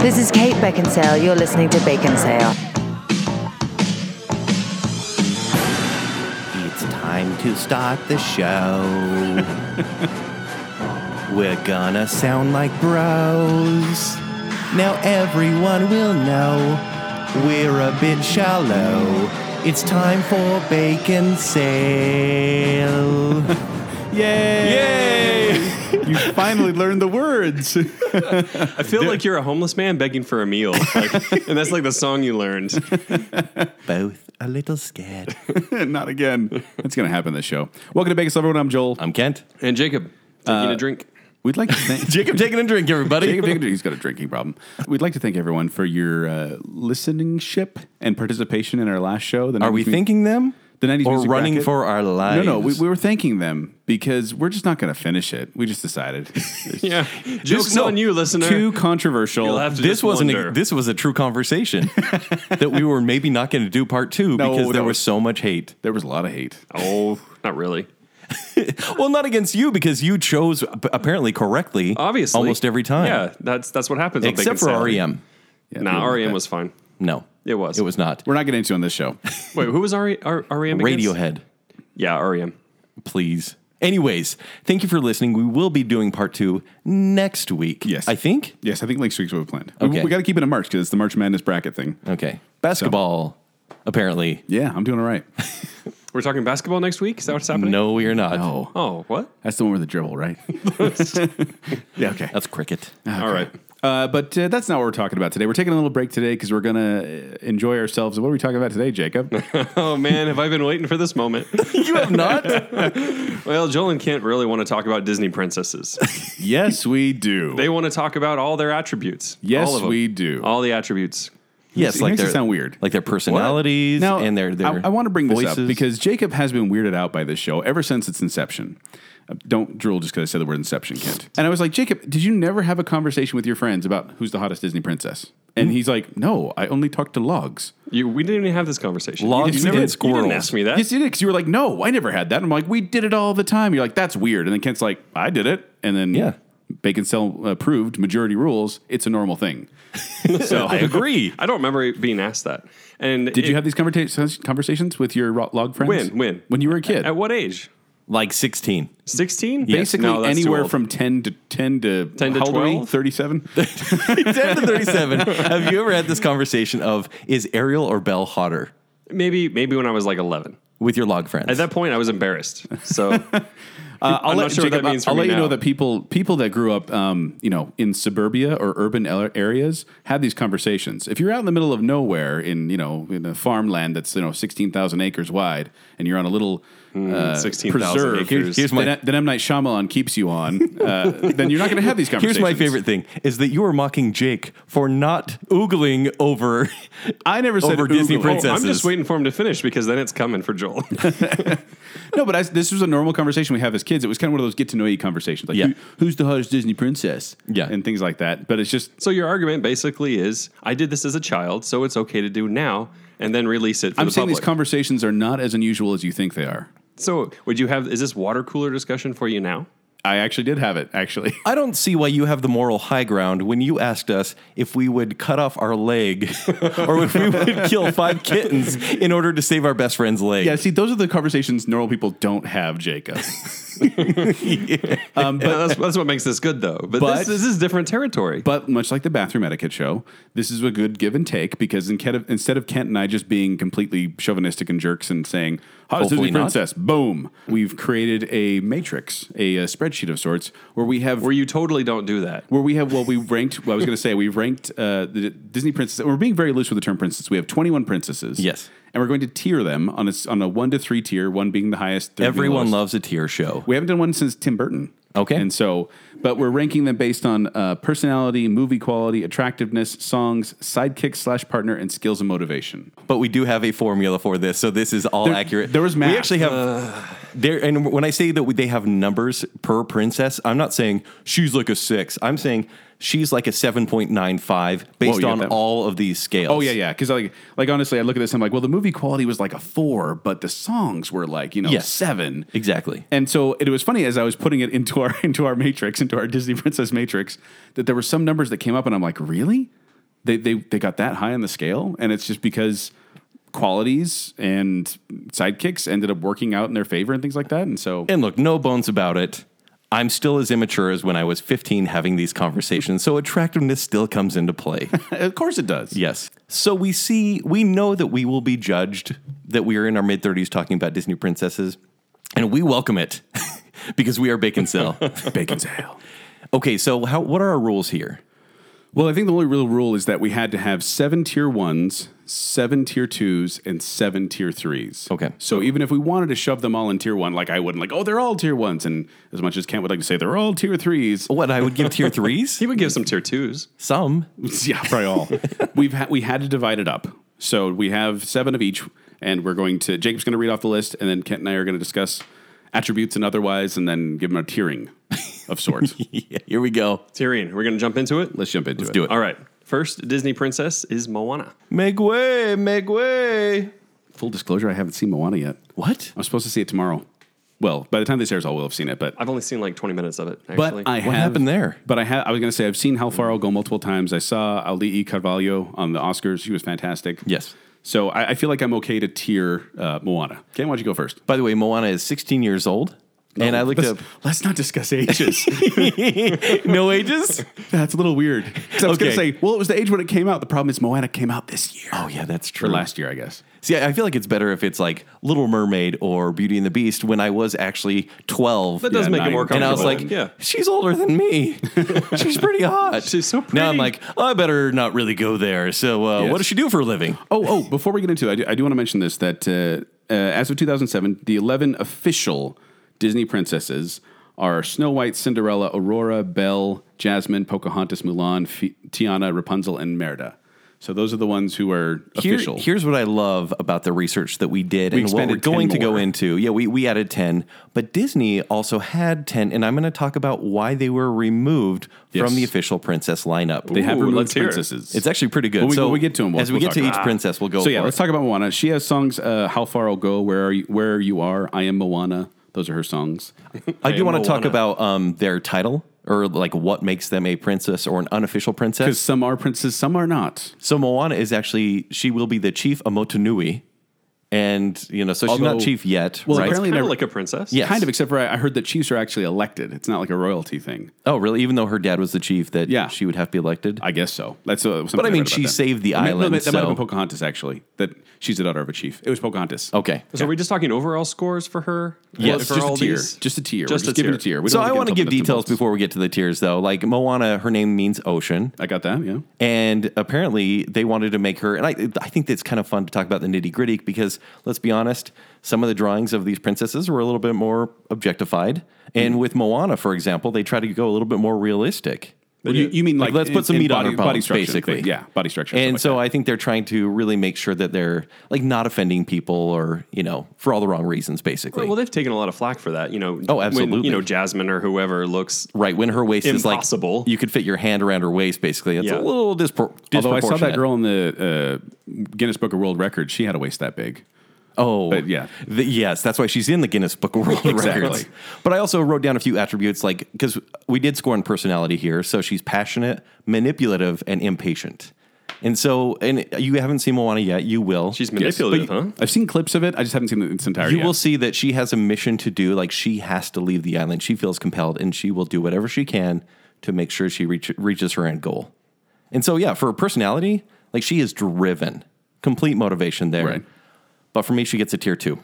This is Kate Beckinsale. You're listening to Baconsale. It's time to start the show. We're gonna sound like bros. Now everyone will know we're a bit shallow. It's time for bacon sale. Yay! You finally learned the words. I feel like you're a homeless man begging for a meal, Like, and that's like the song you learned. Both a little scared. Not again. That's going to happen this show. Welcome to Vegas, everyone. I'm Joel. I'm Kent. And Jacob taking a drink. We'd like to thank Jacob taking a drink, everybody. Jacob, Jacob, he's got a drinking problem. We'd like to thank everyone for your uh, listening ship and participation in our last show. The Are we 90s mu- thinking them? The 90s Or music running bracket. for our lives? No, no, we, we were thanking them because we're just not going to finish it. We just decided. Yeah, joke's no, on you, listener. Too controversial. You'll have to this just wasn't wonder. a, this was a true conversation that we were maybe not going to do part two No, because there that was was- so much hate. there was a lot of hate. oh, not really. Well, not against you because you chose ap- apparently correctly, Obviously, almost every time. Yeah, that's that's what happens. on except Bacon for Salad. REM. Yeah, we don't Nah, E like REM that. was fine. No, It was. It was not. We're not getting into it on this show. Wait, who was RE, R, REM? against? Radiohead, Yeah, E REM. please. Anyways, thank you for listening. We will be doing part two next week. Yes. I think. yes, I think next week's what we planned. Okay. We, we got to keep it in March because it's the March Madness bracket thing. Okay, basketball. Apparently, Yeah, I'm doing all right. We're talking basketball next week. Is that what's happening? no, we are not. No. Oh, what? That's the one with the dribble, right? yeah, okay. that's cricket. All right. Uh, but uh, that's not what we're talking about today. We're taking a little break today because we're going to enjoy ourselves. What are we talking about today, Jacob? Oh man, have I been waiting for this moment? you have not. well, Joel and Kent really want to talk about Disney princesses. yes, we do. They want to talk about all their attributes. yes, all of them. we do. All the attributes. yes, It like makes it their sound weird. like their personalities now, and their their. I, I want to bring this voices. up because Jacob has been weirded out by this show ever since its inception. Uh, Don't drool just because I said the word inception, Kent. And I was like, Jacob, did you never have a conversation with your friends about who's the hottest Disney princess? And he's like, No, I only talk to logs. You, we didn't even have this conversation. Logs you, and never- squirrels. You didn't ask me that. Yes, you did because you were like, no, I never had that. I'm like, we did it all the time. You're like, that's weird. And then Kent's like, I did it. And then Yeah. Bacon Cell approved majority rules. It's a normal thing. so I agree. I don't remember being asked that. And Did you have these conversa- conversations with your ro- log friends? When? When? When you were a kid. at what age? Like sixteen. Sixteen? Basically anywhere from 10 to 10 to 10 to how old are we? 12? 37. 10 to 37. Have you ever had this conversation of is Ariel or Belle hotter maybe maybe when I was like eleven. with your log friends? At that point, I was embarrassed. So Uh, I'll I'm let, not sure what Jacob, that means for I'll me let you now. know that people people that grew up, um, you know, in suburbia or urban el- areas had these conversations. If you're out in the middle of nowhere in you know in a farmland that's you know sixteen thousand acres wide, and you're on a little uh, 16,000 preserve, Hmm, acres. Here's, Here's my- then, then M Night Shyamalan keeps you on. Uh, then you're not going to have these Here's conversations. my favorite thing is that you were mocking Jake for not oogling over I never said over Disney oogling. Oh, I'm princesses. just waiting for him to finish because then it's coming for Joel. No, but I, this was a normal conversation we have as kids. It was kind of one of those get to know you conversations, like Yeah. who, who's the hottest Disney princess, Yeah. and things like that. But it's just so your argument basically is, I did this as a child, so it's okay to do now, and then release it for I'm the saying public. these conversations are not as unusual as you think they are. so would you have? Is this water cooler discussion for you now? I actually did have it. Actually, I don't see why you have the moral high ground when you asked us if we would cut off our leg or if we would kill five kittens in order to save our best friend's leg. yeah. See, those are the conversations normal people don't have, Jacob. Yeah, that's, that's what makes this good though. But, Um, But- this, this is different territory. but much like the bathroom etiquette show, this is a good give and take because in Kent, instead of Kent and I just being completely chauvinistic and jerks and saying "hottest Hopefully Disney not. princess," boom, we've created a matrix, a, uh spreadsheet of sorts where we have where you totally don't do that. where we have well we ranked well, i was going to say we ranked uh, the disney princess and we're being very loose with the term princess we have 21 princesses Yes. and we're going to tier them on a, s- on a one to three tier one being the highest third being the Everyone loves lowest. a tear show. we haven't done one since tim burton Okay. and so but we're ranking them based on uh, personality movie quality attractiveness songs sidekick slash partner and skills and motivation but we do have a formula for this, so this is all There- accurate. there was We math. Uh. actually have there, and when I say that we, they have numbers per princess, I'm not saying she's like a six. I'm saying she's like a seven point nine five Whoa, based you got on that? all of these scales. Oh yeah, yeah. Because like, like honestly, I look at this. I'm like, well, the movie quality was like a four, but the songs were like you know Yes. seven Exactly. And so it was funny as I was putting it into our into our matrix, into our Disney Princess matrix, that there were some numbers that came up, and I'm like, really? they they they got that high on the scale, and it's just because qualities and sidekicks ended up working out in their favor and things like that. And so And look, no bones about it. I'm still as immature as when I was 15 having these conversations, so attractiveness still comes into play. of course it does. yes. So we see, we know that we will be judged, that we are in our mid 30s talking about Disney princesses, and we welcome it because we are Bacon Cell. Bacon's ale. okay, so how, what are our rules here? Well, I think the only real rule is that we had to have seven tier ones, seven tier twos, and seven tier threes. Okay. So even if we wanted to shove them all in tier one, like I wouldn't, like, oh, they're all tier ones. And as much as Kent would like to say, they're all tier threes. What I would give tier threes? He would give some tier twos. Some. yeah, probably all. We've had we had to divide it up. So we have seven of each, and we're going to Jacob's going to read off the list, and then Kent and I are going to discuss attributes and otherwise, and then give them a tiering of sorts. Yeah, here we go. Tyrion, we're going to jump into it. Let's jump into Let's it. do it. All right. First Disney princess is Moana. Make way, make way. Full disclosure: I haven't seen Moana yet. What? I'm supposed to see it tomorrow. Well, by the time this airs, I will have seen it. But I've only seen like 20 minutes of it, actually. but I What have- happened there? But I have. I was going to say I've seen How Far I'll Go multiple times. I saw Ali E. Carvalho on the Oscars. She was fantastic. Yes. So I, I feel like I'm okay to tier uh, Moana. Ken, why don't you go first? By the way, Moana is 16 years old. and I looked let's, up let's not discuss ages. no ages. That's a little weird. 'Cause I was going to Okay. say, well, it was the age when it came out. The problem is Moana came out this year. Oh yeah, that's true. Or last year, I guess. See, I I feel like it's better if it's like Little Mermaid or Beauty and the Beast when I was actually 12. that does yeah, make it nine. more and I comfortable. was like, yeah. she's older than me. She's pretty hot. She's so Now I'm pretty. like, "Oh, I better not really go there. So, uh, Yes. what does she do for a living? Oh, oh, before we get into it, I do, I do want to mention this that uh, uh, as of 2007, the 11 official Disney princesses are Snow White, Cinderella, Aurora, Belle, Jasmine, Pocahontas, Mulan, Fi Tiana, Rapunzel, and Merida. So those are the ones who are Here- official. here's what I love about the research that we did and what we're expanded 10 going to go more. into. Yeah, we, we added 10, but Disney also had 10, and I'm going to talk about why they were removed Yes. from the official princess lineup. they have Ooh, removed let's hear it. princesses. it's actually pretty good. When we, so when we get to them, we'll, as we we'll get talk to about each it. princess, we'll go. So yeah, for it. let's talk about Moana. She has songs uh, "How Far I'll Go," "Where Are You," "Where You Are," "I Am Moana." Those are her songs. I do am want to talk Moana. about um, their title or like what makes them a princess or an unofficial Because princess. some are princes, some are not. So Moana is actually she will be the chief Amotunui, and you know so she's Although- not chief yet, Well, right? apparently Kind of they're- like a princess. Yes. Kind of, except for I, I heard that chiefs are actually elected. It's not like a royalty thing. oh, really? Even though her dad was the chief, that Yeah. she would have to be elected. I guess so. That's uh, something But I mean, read about she that. saved the That might- no, island, That, that might have so- been Pocahontas, actually. That she's the daughter of a chief. It was Pocahontas. okay. So are we just talking overall scores for her? Yes, For just a all tier. these? Just a tier. We're Just a just giving tier. a tier. We So don't I want to into give nuts and details bolts. before we get to the tiers, though. Like Moana, her name means ocean, I got that. Yeah. and apparently they wanted to make her. And I, I think that's kind of fun to talk about the nitty gritty because let's be honest, some of the drawings of these princesses were a little bit more objectified. Mm-hmm. And with Moana, for example, they try to go a little bit more realistic. Well, you, you mean Like, like, let's put in- some in meat on body, our body bones, structure, basically. Yeah, body structure. And stuff so like I think they're trying to really make sure that they're like not offending people or you know for all the wrong reasons, basically. Well, they've taken a lot of flack for that. You know, Oh, When, absolutely. you know, Jasmine or whoever looks Right when her waist is Impossible. like you could fit your hand around her waist, basically. It's Yeah. a little dispor- that. although I disproportionate. saw that girl in the uh, Guinness Book of World Records, she had a waist that big. Oh, But yeah. The- yes, that's why she's in the Guinness Book of World Exactly. Records. But I also wrote down a few attributes, like because we did score on personality here. So she's passionate, manipulative, and impatient. And so, and you haven't seen Moana yet. You will. she's Yes. manipulative, But huh? I've seen clips of it. I just haven't seen it in its entirety. you yet. will see that she has a mission to do. Like she has to leave the island. She feels compelled, and she will do whatever she can to make sure she reach, reaches her end goal. And so, yeah, for her personality, like she is driven, complete motivation there. Right. But for me, she gets a tier two.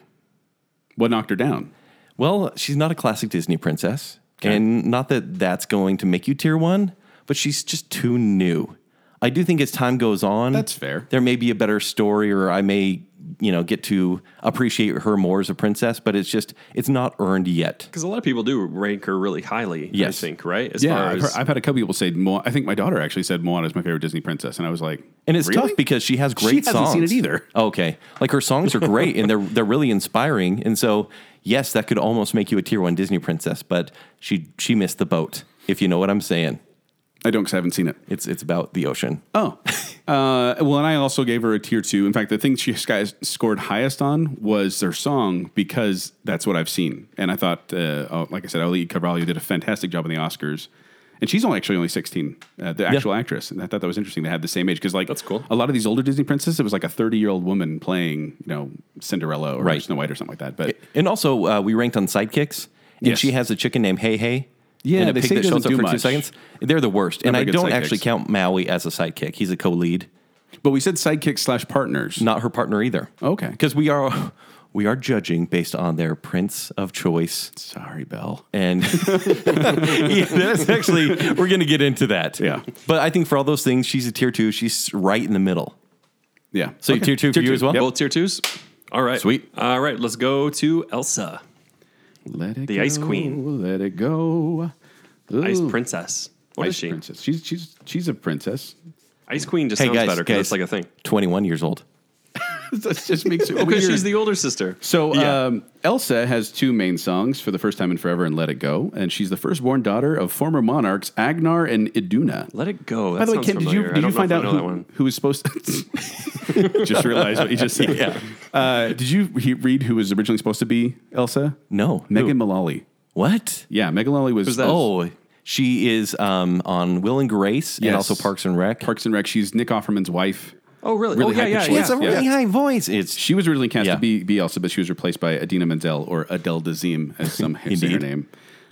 What knocked her down? Well, she's not a classic Disney princess, and not that that's going to make you tier one, but she's just too new. I do think as time goes on, That's fair. There may be a better story, or I may, you know, get to appreciate her more as a princess. But it's just it's not earned yet. Because a lot of people do rank her really highly. Yes. I think right. As Yeah, far I've, as heard, I've had a couple people say. Mo- I think my daughter actually said Moana is my favorite Disney princess, and I was like, And it's really? tough because she has great She hasn't songs. Oh, seen it either. Okay, like her songs are great and they're they're really inspiring. And so yes, that could almost make you a tier one Disney princess, but she she missed the boat. If you know what I'm saying, I don't because I haven't seen it. it's it's about the ocean. Oh, uh, well, and I also gave her a tier two. In fact, the thing she guys scored highest on was their song because that's what I've seen, and I thought, uh, oh, like I said, Ali Carvalho did a fantastic job in the Oscars, and she's only actually only sixteen, uh, the actual actress. And I thought that was interesting. They had the same age because like That's cool. A lot of these older Disney princesses, it was like a thirty year old woman playing you know Cinderella or Right. Snow White or something like that. But And also, uh, we ranked on sidekicks, and Yes. she has a chicken named Hey Hey. Yeah, and a they pig say that it shows doesn't up do for two much. seconds. They're the worst, and Not I very good don't sidekicks. actually count Maui as a sidekick. He's a co-lead, but we said sidekick slash partners. not her partner either. Okay. because we are we are judging based on their prince of choice, Sorry, Belle. and yeah, that's actually we're going to get into that. Yeah. but I think for all those things, she's a tier two. She's right in the middle. Yeah. So tier two for you as well? Yep. Both tier twos. All right. Sweet. All right. Let's go to Elsa, Let it The go, Ice Queen. Let it go. Ice Ooh. Princess. What is Ice she? princess. She's she's she's a princess. Ice Queen just Hey sounds guys, better because guys. it's like a thing. Twenty-one years old. that just makes it weird. Because she's the older sister. so Yeah. um, Elsa has two main songs for the first time in forever and Let It Go, and she's the firstborn daughter of former monarchs Agnar and Iduna. Let it go. That By the way, sounds Ken, did you familiar. I did don't you know find if I out know who, that one? who was supposed to? just realized what you just said. Yeah. Uh, did you he- read who was originally supposed to be Elsa? No. Megan Mullally. What? Yeah, Megan Mullally was Who's that? Oh, she is um, on Will and Grace and Yes. also Parks and Rec. Parks and Rec. She's Nick Offerman's wife. Oh, really? Really oh, yeah, yeah, high-pitched She has yeah. a really Yeah. high voice. It's She was originally cast Yeah. to be, be Elsa, but she was replaced by Adina Menzel or Adele Dazim, as some say her Indeed. name.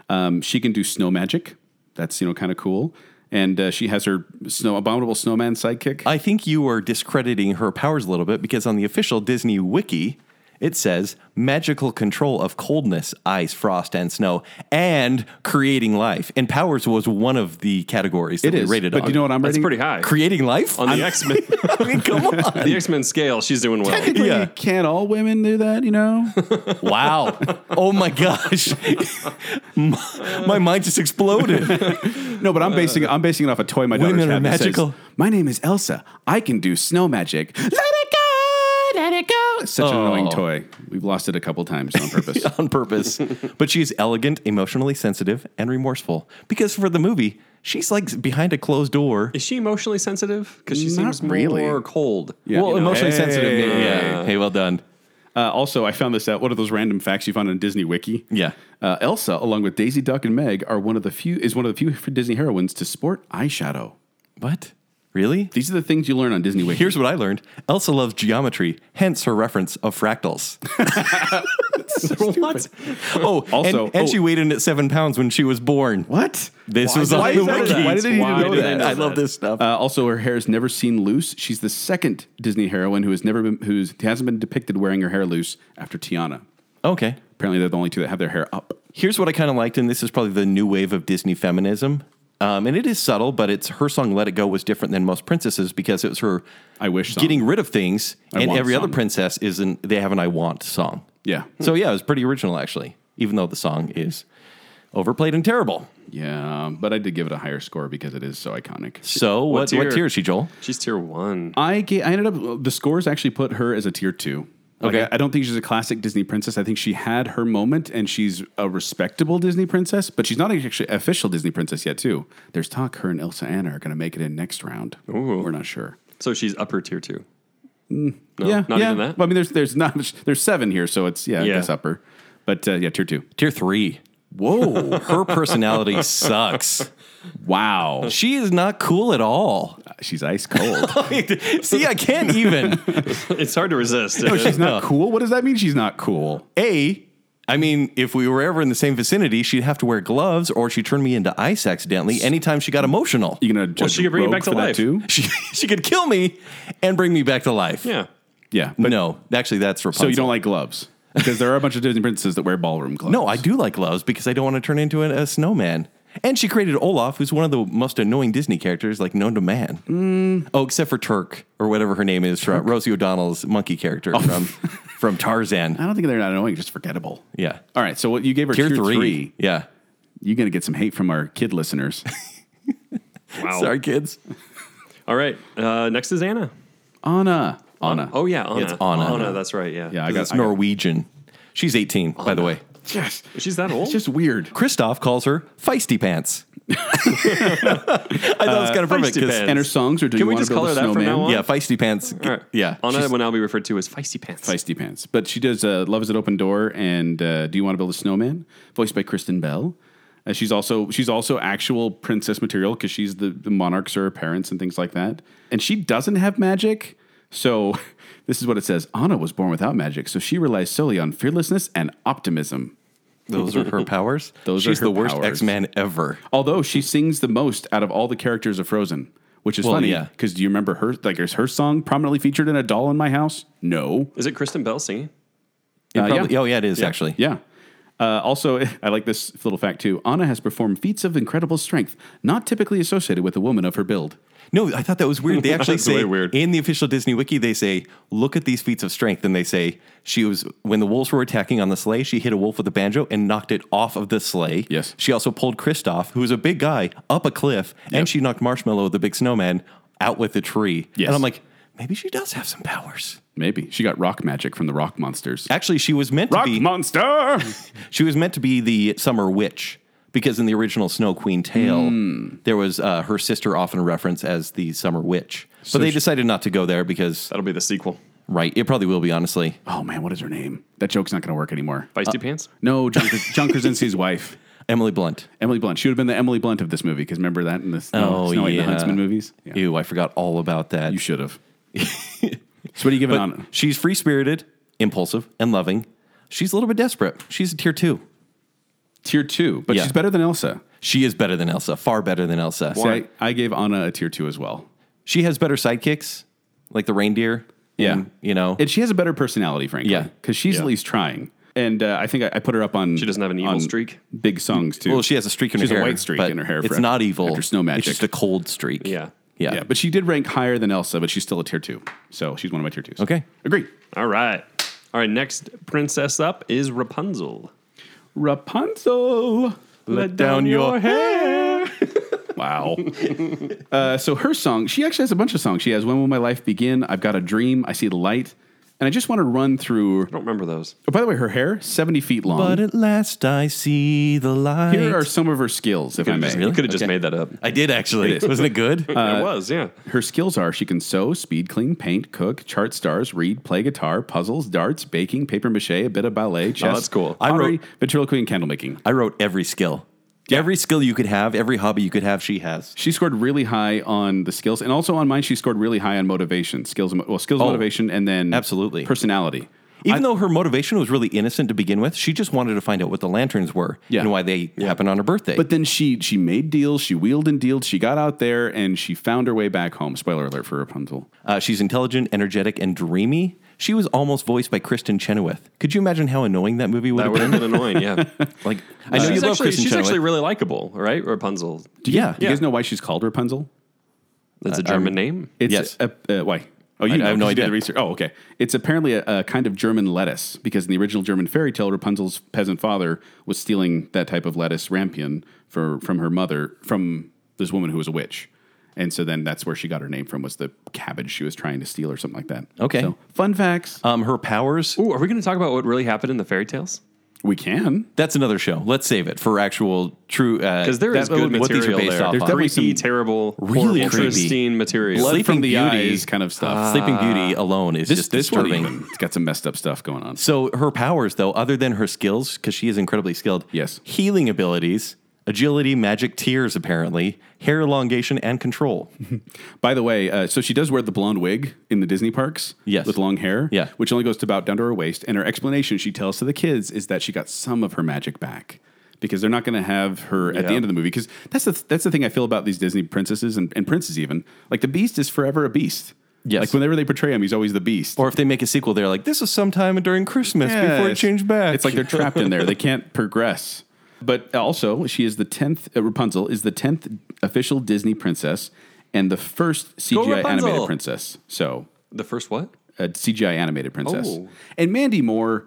Um, she can do snow magic. That's you know kind of cool, and uh, she has her snow abominable snowman sidekick. I think you are discrediting her powers a little bit because on the official Disney wiki it says magical control of coldness, ice, frost, and snow, and creating life. And powers was one of the categories that it we is, rated but on. you know what I'm That's rating? pretty high. Creating life On the I'm- X Men, I mean, come on! the X Men scale, she's doing well. Technically, Yeah. Can't all women do that? You know, Wow! Oh my gosh! my, my mind just exploded. no. But I'm basing I'm basing it off a toy my daughter's Women are had that says, magical. My name is Elsa. I can do snow magic. Let it go. Let it go. It's such an Oh. annoying toy. We've lost it a couple times on purpose. on purpose. but she's elegant, emotionally sensitive, and remorseful. Because for the movie, she's like behind a closed door. Is she emotionally sensitive? Because she Not seems really. more cold. Eh. Yeah. well, you know. emotionally Hey. sensitive. Maybe. Yeah. Hey, well done. Uh, also, I found this out. One of those random facts you found on Disney Wiki. Yeah. Uh, Elsa, along with Daisy Duck and Meg, are one of the few is one of the few Disney heroines to sport eyeshadow. What? Really? These are the things you learn on Disney Wiki. Here's what I learned. Elsa loves geometry, hence her reference of fractals. what? Oh, Also- and, and she oh. weighed in at seven pounds when she was born. what? This was Why on did the I know wiki. that? Why did I even Why know did I I, that? know love that? this stuff. Uh, also, her hair is never seen loose. She's the second Disney heroine who has never been who's hasn't been depicted wearing her hair loose after Tiana. okay. Apparently, they're the only two that have their hair up. Here's what I kind of liked, and this is probably the new wave of Disney feminism. Um, and it is subtle, but it's her song "Let It Go" was different than most princesses because it was her I wish song. getting rid of things, I and want every song. other princess is an they have an "I want" song. Yeah. So yeah, it was pretty original actually, even though the song is overplayed and terrible. Yeah, but I did give it a higher score because it is so iconic. So what, what, tier? tier is she, Joel? She's tier one. I ga- I ended up the scores actually put her as a tier two. Like, Okay. I, I don't think she's a classic Disney princess. I think she had her moment, and she's a respectable Disney princess, but she's not actually an official Disney princess yet. Too. There's talk her and Elsa Anna are going to make it in next round. We're not sure. So she's upper tier two. yeah, not yeah. even that? Well, I mean, there's there's not much, there's seven here, so it's yeah, I Yeah. guess upper, but uh, yeah, tier two. Tier three. Whoa, her personality sucks. Wow, She is not cool at all. she's ice cold. See, I can't even. It's hard to resist. she's not cool. What does that mean? She's not cool. A, I mean, if we were ever in the same vicinity, she'd have to wear gloves or she'd turn me into ice accidentally anytime she got emotional. You gonna judge she could bring it Rogue back to for that life. too? She, she could kill me and bring me back to life. yeah. Yeah, but No, actually, that's Rapunzel. So you don't like gloves? Because there are a bunch of Disney princesses that wear ballroom gloves. No, I do like gloves because I don't want to turn into an, a snowman. And she created Olaf, who's one of the most annoying Disney characters, like known to man. Mm. Oh, except for Turk or whatever her name is, from Rosie O'Donnell's monkey character Oh. from from I Tarzan. don't think they're not annoying, just forgettable. Yeah, All right, so what you gave her tier, tier, three. three. Yeah, You're gonna get some hate from our kid listeners. Wow. sorry kids. All right. Uh, next is Anna. Anna, Anna. Oh yeah, Anna. It's Anna. Anna. That's right. Yeah. yeah, I 'Cause got. it's I got- Norwegian. She's eighteen, by the way. Yes, She's that old. it's just weird. Kristoff calls her feisty pants. I thought it was kind of perfect. Feisty 'cause- Pants. And her songs, or do Can you we want just to build call a her that from snowman? now on? Yeah, feisty pants. All right. Yeah, Anna she's- will now be referred to as Feisty Pants. Feisty pants, but she does uh, "Love Is an Open Door" and uh, "Do You Want to Build a Snowman," voiced by Kristen Bell. Uh, she's also she's also actual princess material because she's the, the monarchs or her parents and things like that. And she doesn't have magic. So this is what it says. Anna was born without magic, so she relies solely on fearlessness and optimism. Those are her powers. Those are She's her the worst powers. X Man ever. Although she sings the most out of all the characters of Frozen, which is Well, funny yeah. because do you remember her like is her song prominently featured in a doll in my house? No. Is it Kristen Bell singing? It Uh, probably- yeah. Oh yeah, it is actually. Yeah. Uh, also, I like this little fact too. Anna has performed feats of incredible strength, not typically associated with a woman of her build. No, I thought that was weird. They actually That's say way weird. in the official Disney wiki, they say, "Look at these feats of strength," and they say she was when the wolves were attacking on the sleigh. She hit a wolf with a banjo and knocked it off of the sleigh. Yes. She also pulled Kristoff, who was a big guy, up a cliff, and she knocked Marshmallow, the big snowman, out with a tree. Yes. And I'm like, maybe she does have some powers. Maybe she got rock magic from the rock monsters. Actually, she was meant to Rock be. monster. She was meant to be the summer witch because in the original Snow Queen tale, Hmm. there was uh, her sister often referenced as the summer witch. But they decided not to go there because, That'll be the sequel. right, it probably will be, honestly. oh man, what is her name? That joke's not going to work anymore. Feisty Uh, Pants? No, John, Kras- John Krasinski's wife, Emily Blunt. Emily Blunt. She would have been the Emily Blunt of this movie because remember that in the Snow, Oh, Snow White and yeah. the Huntsman movies. Yeah. Ew, I forgot all about that. You should have. so what do you give it But on? she's free spirited, impulsive, and loving. She's a little bit desperate. She's a tier two. Tier two, but Yeah. she's better than Elsa. She is better than Elsa, far better than Elsa. See, I, I gave Anna a tier two as well. She has better sidekicks, like the reindeer. Yeah. and, you know, And she has a better personality, frankly. Yeah. Because she's at least trying. And uh, I think I, I put her up on. She doesn't have an evil on streak? Big songs, too. well, she has a streak in She her has hair. a white streak but in her hair. It's for- not evil. After snow magic. It's just a cold streak. Yeah. Yeah. yeah. But she did rank higher than Elsa, but she's still a tier two. So she's one of my tier twos. Okay. Agree. All right. All right. Next princess up is Rapunzel. Rapunzel. Let down your hair. wow. uh, so her song, she actually has a bunch of songs. She has When Will My Life Begin? I've Got a Dream. I See the Light. And I just want to run through. I don't remember those. Oh, by the way, her hair, 70 feet long. But at last I see the light. Here are some of her skills, if I may. You could have just made that up. I did actually. Wasn't it good? Uh, it was, yeah. Her skills are she can sew, speed clean, paint, cook, chart stars, read, play guitar, puzzles, darts, baking, paper mache, a bit of ballet, chess. that's cool. I I wrote- wrote ventriloquy and candle making. I wrote every skill. Every skill you could have, every hobby you could have, she has. She scored really high on the skills, and also on mine, she scored really high on motivation, skills, and mo- well, skills, motivation, and then Oh, absolutely. personality. Even though her motivation was really innocent to begin with, she just wanted to find out what the lanterns were Yeah. and why they happened on her birthday. But then she she made deals, she wheeled and dealed, she got out there, and she found her way back home. Spoiler alert for Rapunzel. uh, she's intelligent, energetic, and dreamy. She was almost voiced by Kristen Chenoweth. Could you imagine how annoying that movie would That have would have been? been annoying, yeah. Like, I know Uh, you love she's actually, Kristen she's Chenoweth. actually really likable, right? Rapunzel. Do you, Yeah. do you guys know why she's called Rapunzel? That's Uh, um, a German name. It's Yes. A, uh, why? Oh, you I- I know, have no 'cause you did idea. the research. Oh, okay. It's apparently a, a kind of German lettuce because in the original German fairy tale, Rapunzel's peasant father was stealing that type of lettuce rampion for from her mother from this woman who was a witch, and so then that's where she got her name from was the cabbage she was trying to steal or something like that. Okay. So, fun facts. um, her powers. Ooh, are we going to talk about what really happened in the fairy tales? we can. That's another show. Let's save it for actual true. uh, Because there is that good what these are material based there. off There's of. creepy, Definitely some terrible, really really creepy. interesting material. Blood Sleep from the Beauty- eyes kind of stuff. Sleeping Beauty alone is this just this one disturbing. even, it's got some messed up stuff going on. So her powers, though, other than her skills, because she is incredibly skilled. Yes. Healing abilities, agility, magic tears, apparently, hair elongation, and control. By the way, uh, so she does wear the blonde wig in the Disney parks. Yes. With long hair. Yeah. Which only goes to about down to her waist. And her explanation she tells to the kids is that she got some of her magic back because they're not going to have her at the Yeah. end of the movie. Because that's the, that's the thing I feel about these Disney princesses and, and princes, even. Like the beast is forever a beast. Yes. Like whenever they portray him, he's always the beast. or if they make a sequel, they're like, "This is sometime during Christmas before it Yes. changed back." It's like they're trapped in there. They can't progress. But also, she is the 10th, uh, Rapunzel is the 10th official Disney princess and the first CGI animated Rapunzel. princess. So the first what? a CGI animated princess. Oh. And Mandy Moore,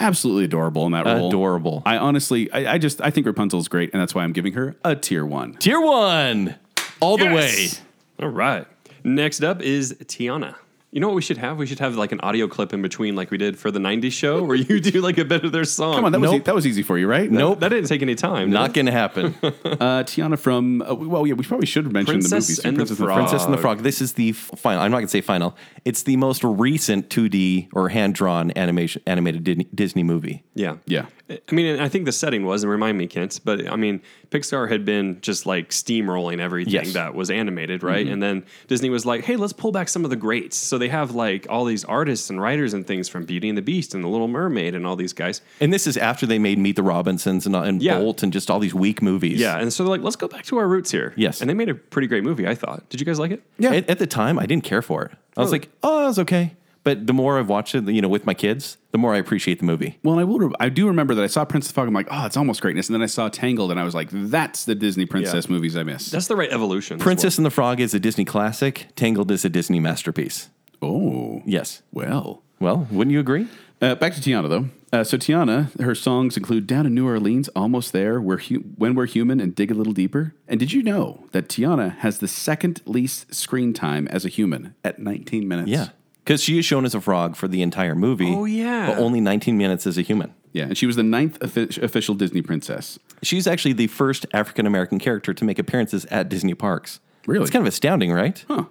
absolutely adorable in that role. Adorable. I honestly, I, I just, I think Rapunzel's great, and that's why I'm giving her a tier one. tier one, all the way. All right. Next up is Tiana. You know what we should have? We should have like an audio clip in between, like we did for the '90s show, where you do like a bit of their song. Come on, that was Nope. was that was easy for you, right? Nope. that didn't take any time. did Not it? gonna happen. Uh, Tiana from, uh, well, yeah, we probably should mention the Princess movies. too. and the and Frog. Princess and the Frog. This is the f- final. I'm not gonna say final. It's the most recent 2D or hand drawn animation animated Din- Disney movie. Yeah. Yeah. I mean, and I think the setting was, and remind me, Kent, but I mean, Pixar had been just like steamrolling everything Yes. Mm-hmm. that was animated, right? And then Disney was like, hey, let's pull back some of the greats. So they have like all these artists and writers and things from Beauty and the Beast and The Little Mermaid and all these guys. And this is after they made Meet the Robinsons and, and Yeah. Bolt and just all these weak movies. Yeah. And so they're like, let's go back to our roots here. Yes. And they made a pretty great movie, I thought. Did you guys like it? Yeah. At, at the time, I didn't care for it. I was Really? like, oh, it's okay. But the more I've watched it, you know, with my kids, the more I appreciate the movie. Well, and I will. Re- I do remember that I saw Prince of the Fog. I'm like, oh, it's almost greatness. And then I saw Tangled, and I was like, that's the Disney princess Yeah. movies I missed. That's the right evolution. as well. Princess and the Frog is a Disney classic. Tangled is a Disney masterpiece. oh, Yes. Well, Well, wouldn't you agree? uh, back to Tiana though. Uh, so Tiana, her songs include "Down in New Orleans," "Almost There," "We're Hu- When We're Human," and "Dig a Little Deeper." And did you know that Tiana has the second least screen time as a human at 19 minutes? Yeah. Because she is shown as a frog for the entire movie. Oh, yeah. But only 19 minutes as a human. yeah. And she was the ninth offi- official Disney princess. She's actually the first African American character to make appearances at Disney parks. Really? It's kind of astounding, right? Huh.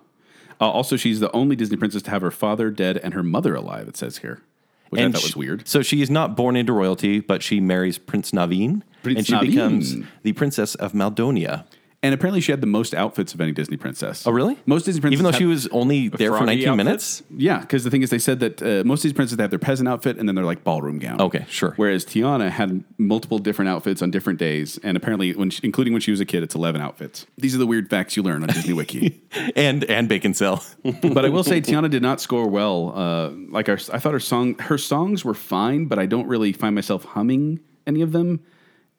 Uh, also, she's the only Disney princess to have her father dead and her mother alive. It says here, which I thought sh- was weird. So she is not born into royalty, but she marries Prince Naveen. Prince and she Naveen. becomes the princess of Maldonia. And apparently, she had the most outfits of any Disney princess. Oh, really? Most Disney princesses, Even though she have- was only there for Froggy 19 outfits? minutes? yeah, because the thing is, they said that uh, most Disney princesses they have their peasant outfit and then they're like ballroom gown. Okay, sure. Whereas Tiana had multiple different outfits on different days, and apparently, when she, including when she was a kid, it's eleven outfits. These are the weird facts you learn on Disney Wiki. And and Bacon Cell. but I will say, Tiana did not score well. Uh, like our, I thought her song, her songs were fine, but I don't really find myself humming any of them.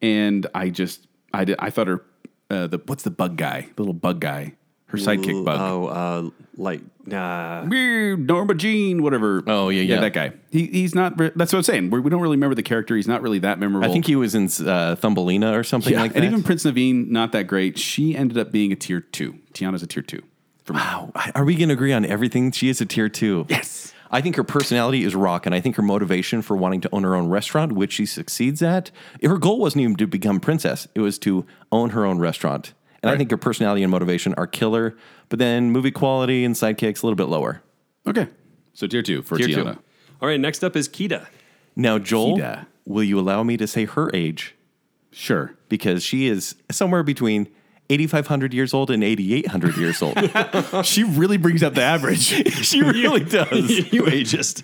And I just, I did, I thought her, uh, the what's the bug guy, the little bug guy, her sidekick bug. Oh, uh, like, nah. "Meow, Norma Jean, whatever. Oh, yeah, yeah. that guy. He, he's not. Re- that's what I'm saying. We're, we don't really remember the character. He's not really that memorable. I think he was in uh, Thumbelina or something yeah, like that. and even Prince Naveen, not that great. She ended up being a tier two. Tiana's a tier two. wow. Are we going to agree on everything? She is a tier two. Yes. I think her personality is rock, and I think her motivation for wanting to own her own restaurant, which she succeeds at, her goal wasn't even to become princess; it was to own her own restaurant. And I think her personality and motivation are killer. But then movie quality and sidekicks a little bit lower. Okay, so tier two for Tier two. Tiana. All right, next up is Kita. Now, Joel, Hida. will you allow me to say her age? Sure. Because she is somewhere between 8,500 years old and 8,800 years old. Oh, She really brings up the average. she really does. you ageist.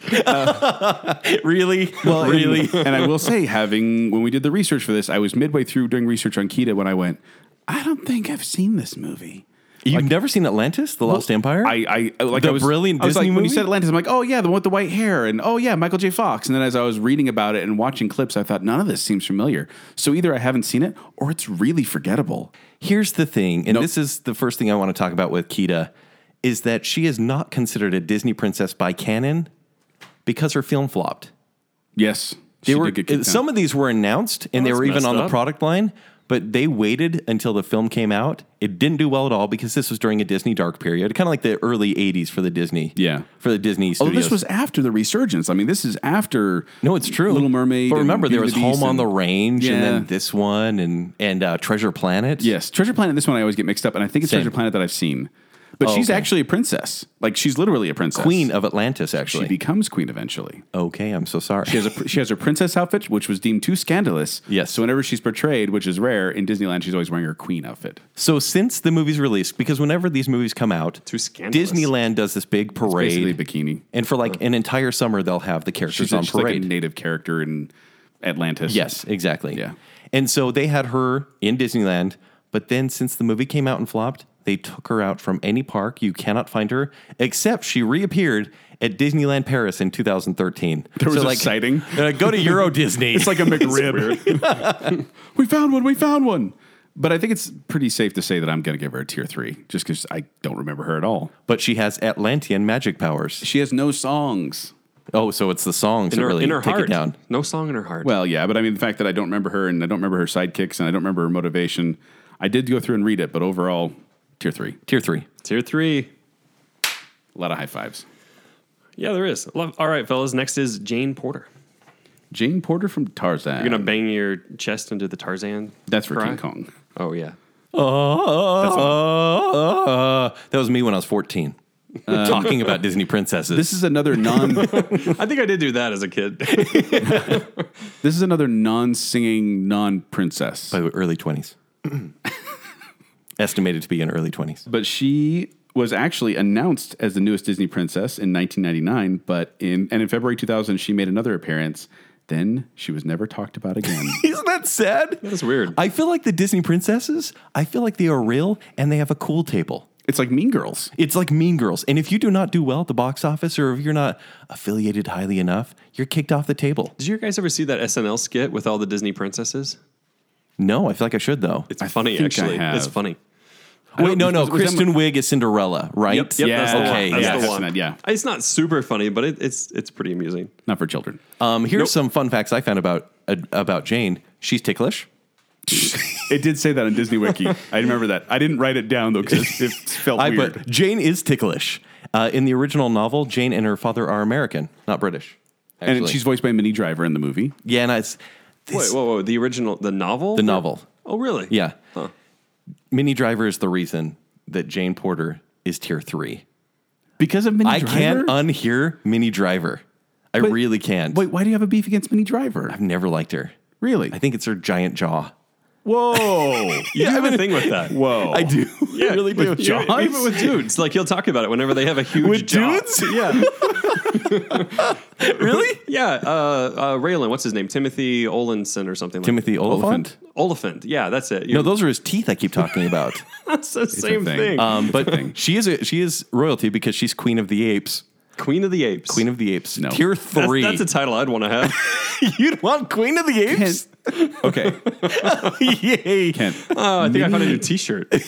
really? Well, really? And, and I will say, having when we did the research for this, I was midway through doing research on Kita when I went. I don't think I've seen this movie. You've never seen Atlantis, The Lost Empire? I, I like The I was, brilliant I was Disney like, When you movie? said Atlantis, I'm like, oh yeah, the one with the white hair, and oh yeah, Michael J. Fox. And then as I was reading about it and watching clips, I thought none of this seems familiar. So either I haven't seen it, or it's really forgettable. Here's the thing, and Nope. this is the first thing I want to talk about with Kita, is that she is not considered a Disney princess by canon because her film flopped. Yes, They were some of these were announced and they that's were even messed on the up. product line, but they waited until the film came out. It didn't do well at all because this was during a Disney dark period, kind of like the early '80s for the Disney. Yeah. for the Disney. Oh, Studios. this was after the resurgence. I mean, this is after. No, it's true. Little Mermaid. But and remember, there was Beauty and the Beast Home on and- the Range, and Yeah. then this one, and and uh, Treasure Planet. Yes, Treasure Planet. This one I always get mixed up, and I think it's Same. Treasure Planet that I've seen. But Oh, she's okay. actually a princess. Like she's literally a princess. Queen of Atlantis. She Actually, becomes queen eventually. okay, I'm so sorry. She has a she has her princess outfit, which was deemed too scandalous. Yes. So whenever she's portrayed, which is rare in Disneyland, she's always wearing her queen outfit. So since the movie's release, because whenever these movies come out, Too scandalous. Disneyland does this big Basically, parade, bikini. and for like an entire summer, they'll have the characters She's, on she's like a parade. native character in Atlantis. yes, exactly. Yeah. And so they had her in Disneyland, but then since the movie came out and flopped, they took her out from any park. You cannot find her, except she reappeared at Disneyland Paris in 2013. There was so a like, sighting. they're like, go to Euro Disney. It's like a McRib. we found one. We found one. But I think it's pretty safe to say that I'm going to give her a tier three, just because I don't remember her at all. but she has Atlantean magic powers. She has no songs. Oh, so it's the songs In that her, really in her take heart. it down. No song in her heart. Well, yeah, but I mean the fact that I don't remember her and I don't remember her sidekicks and I don't remember her motivation. I did go through and read it, but overall, tier three. Tier three. Tier three. A lot of high fives. Yeah, there is. Love. All right, fellas. Next is Jane Porter. Jane Porter from Tarzan. You're gonna bang your chest into the Tarzan. That's for cry? King Kong. Oh yeah. Ah. Uh, uh, uh, that was me when I was 14. talking about Disney princesses. This is another non. I think I did do that as a kid. this is another non-singing non-princess. by the early 20s. Estimated to be in early 20s. but she was actually announced as the newest Disney princess in 1999. But in and in February 2000, she made another appearance. Then she was never talked about again. Isn't that sad? That's weird. I feel like the Disney princesses, I feel like they are real and they have a cool table. it's like Mean Girls. It's like Mean Girls. And if you do not do well at the box office or if you're not affiliated highly enough, you're kicked off the table. Did you guys ever see that SNL skit with all the Disney princesses? No, I feel like I should though. It's funny, think I actually. have. It's funny. Wait, no, was- no. was that Kristen Wiig is Cinderella, right? Yep, yep, that's the one. okay. That's yes. the yes. one. Yeah. It's not super funny, but it, it's it's pretty amusing. Not for children. Um, here's some fun facts I found about uh, about Jane. She's ticklish. It did say that on Disney Wiki. I remember that. I didn't write it down though because it felt I weird. but Jane is ticklish. Uh, in the original novel, Jane and her father are American, not British. and actually. she's voiced by Minnie Driver in the movie. yeah, and it's Wait, this, whoa, whoa. The original, the novel? the novel. Oh, really? Yeah, Minnie Driver is the reason that Jane Porter is tier three. Because of Minnie I Driver. can't unhear Minnie Driver. I But- really can't. Wait, why do you have a beef against Minnie Driver? I've never liked her. really? I think it's her giant jaw. Whoa. You do have a thing with that. Whoa. I do. I really do. Yeah, Even with dudes. Like, he'll talk about it whenever they have a huge With jaw. dudes? Yeah. really? Yeah. Uh, uh, Raylan, what's his name? Timothy Olinson or something like Timothy Oliphant. that. Oliphant. Yeah, that's it. No, those are his teeth. I keep talking about. that's the same thing. Uh, thing. Um, but she is a, she is royalty because she's queen of the apes. Queen of the Apes. Queen of the apes. No. Tier That's- three. That's, a title I'd want to have. You'd want Queen of the Apes? okay. Yay. Kent. Oh, I think I found a new t shirt. Uh,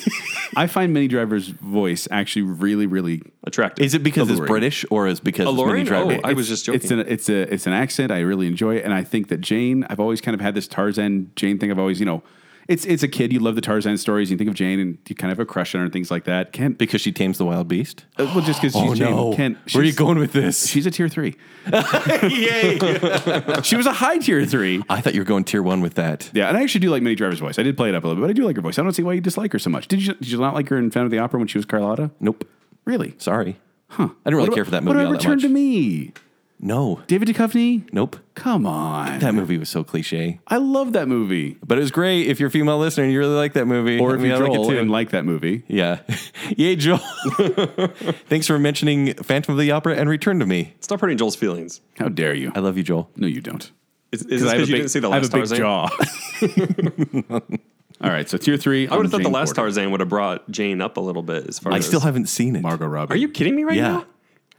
I find Minnie Driver's voice actually really, really. Attractive. Is it because it's Alluring. British or is because it's Minnie Alluring? Driver? Oh, I was just joking. It's an it's a it's an accent. I really enjoy it, and I think that Jane. I've always kind of had this Tarzan Jane thing. I've always you know, it's it's a kid. You love the Tarzan stories. You think of Jane, and you kind of have a crush on her and things like that. Kent. because she tames the wild beast? uh, well, just because she's Jane. Kent. Oh, Where are you she's- going with this? She's a tier three. Yay. She was a high tier three. I thought you were going tier one with that. Yeah, and I actually do like Minnie Driver's voice. I did play it up a little bit, but I do like her voice. I don't see why you dislike her so much. Did you, did you not like her in Phantom of the Opera when she was Carlotta? Nope. Really? Sorry. Huh. I didn't really What care about- for that What movie about all that Return much. to Me? No. David Duchovny? Nope. Come on. That movie was so cliche. I love that movie. But it was great if you're a female listener and you really like that movie. Or if I mean, you I like it troll too. and like that movie. Yeah. Yay, Joel. Thanks for mentioning Phantom of the Opera and Return to Me. Stop hurting Joel's feelings. How dare you? I love you, Joel. no, you don't. Is, is this I have a because you big- didn't see the I have a last big Tarzan? jaw. All right, so tier three. I would have thought the last Tarzan would have brought Jane up a little bit as far I as. still haven't seen it. Margot Robbie. Are you kidding me right Yeah. now?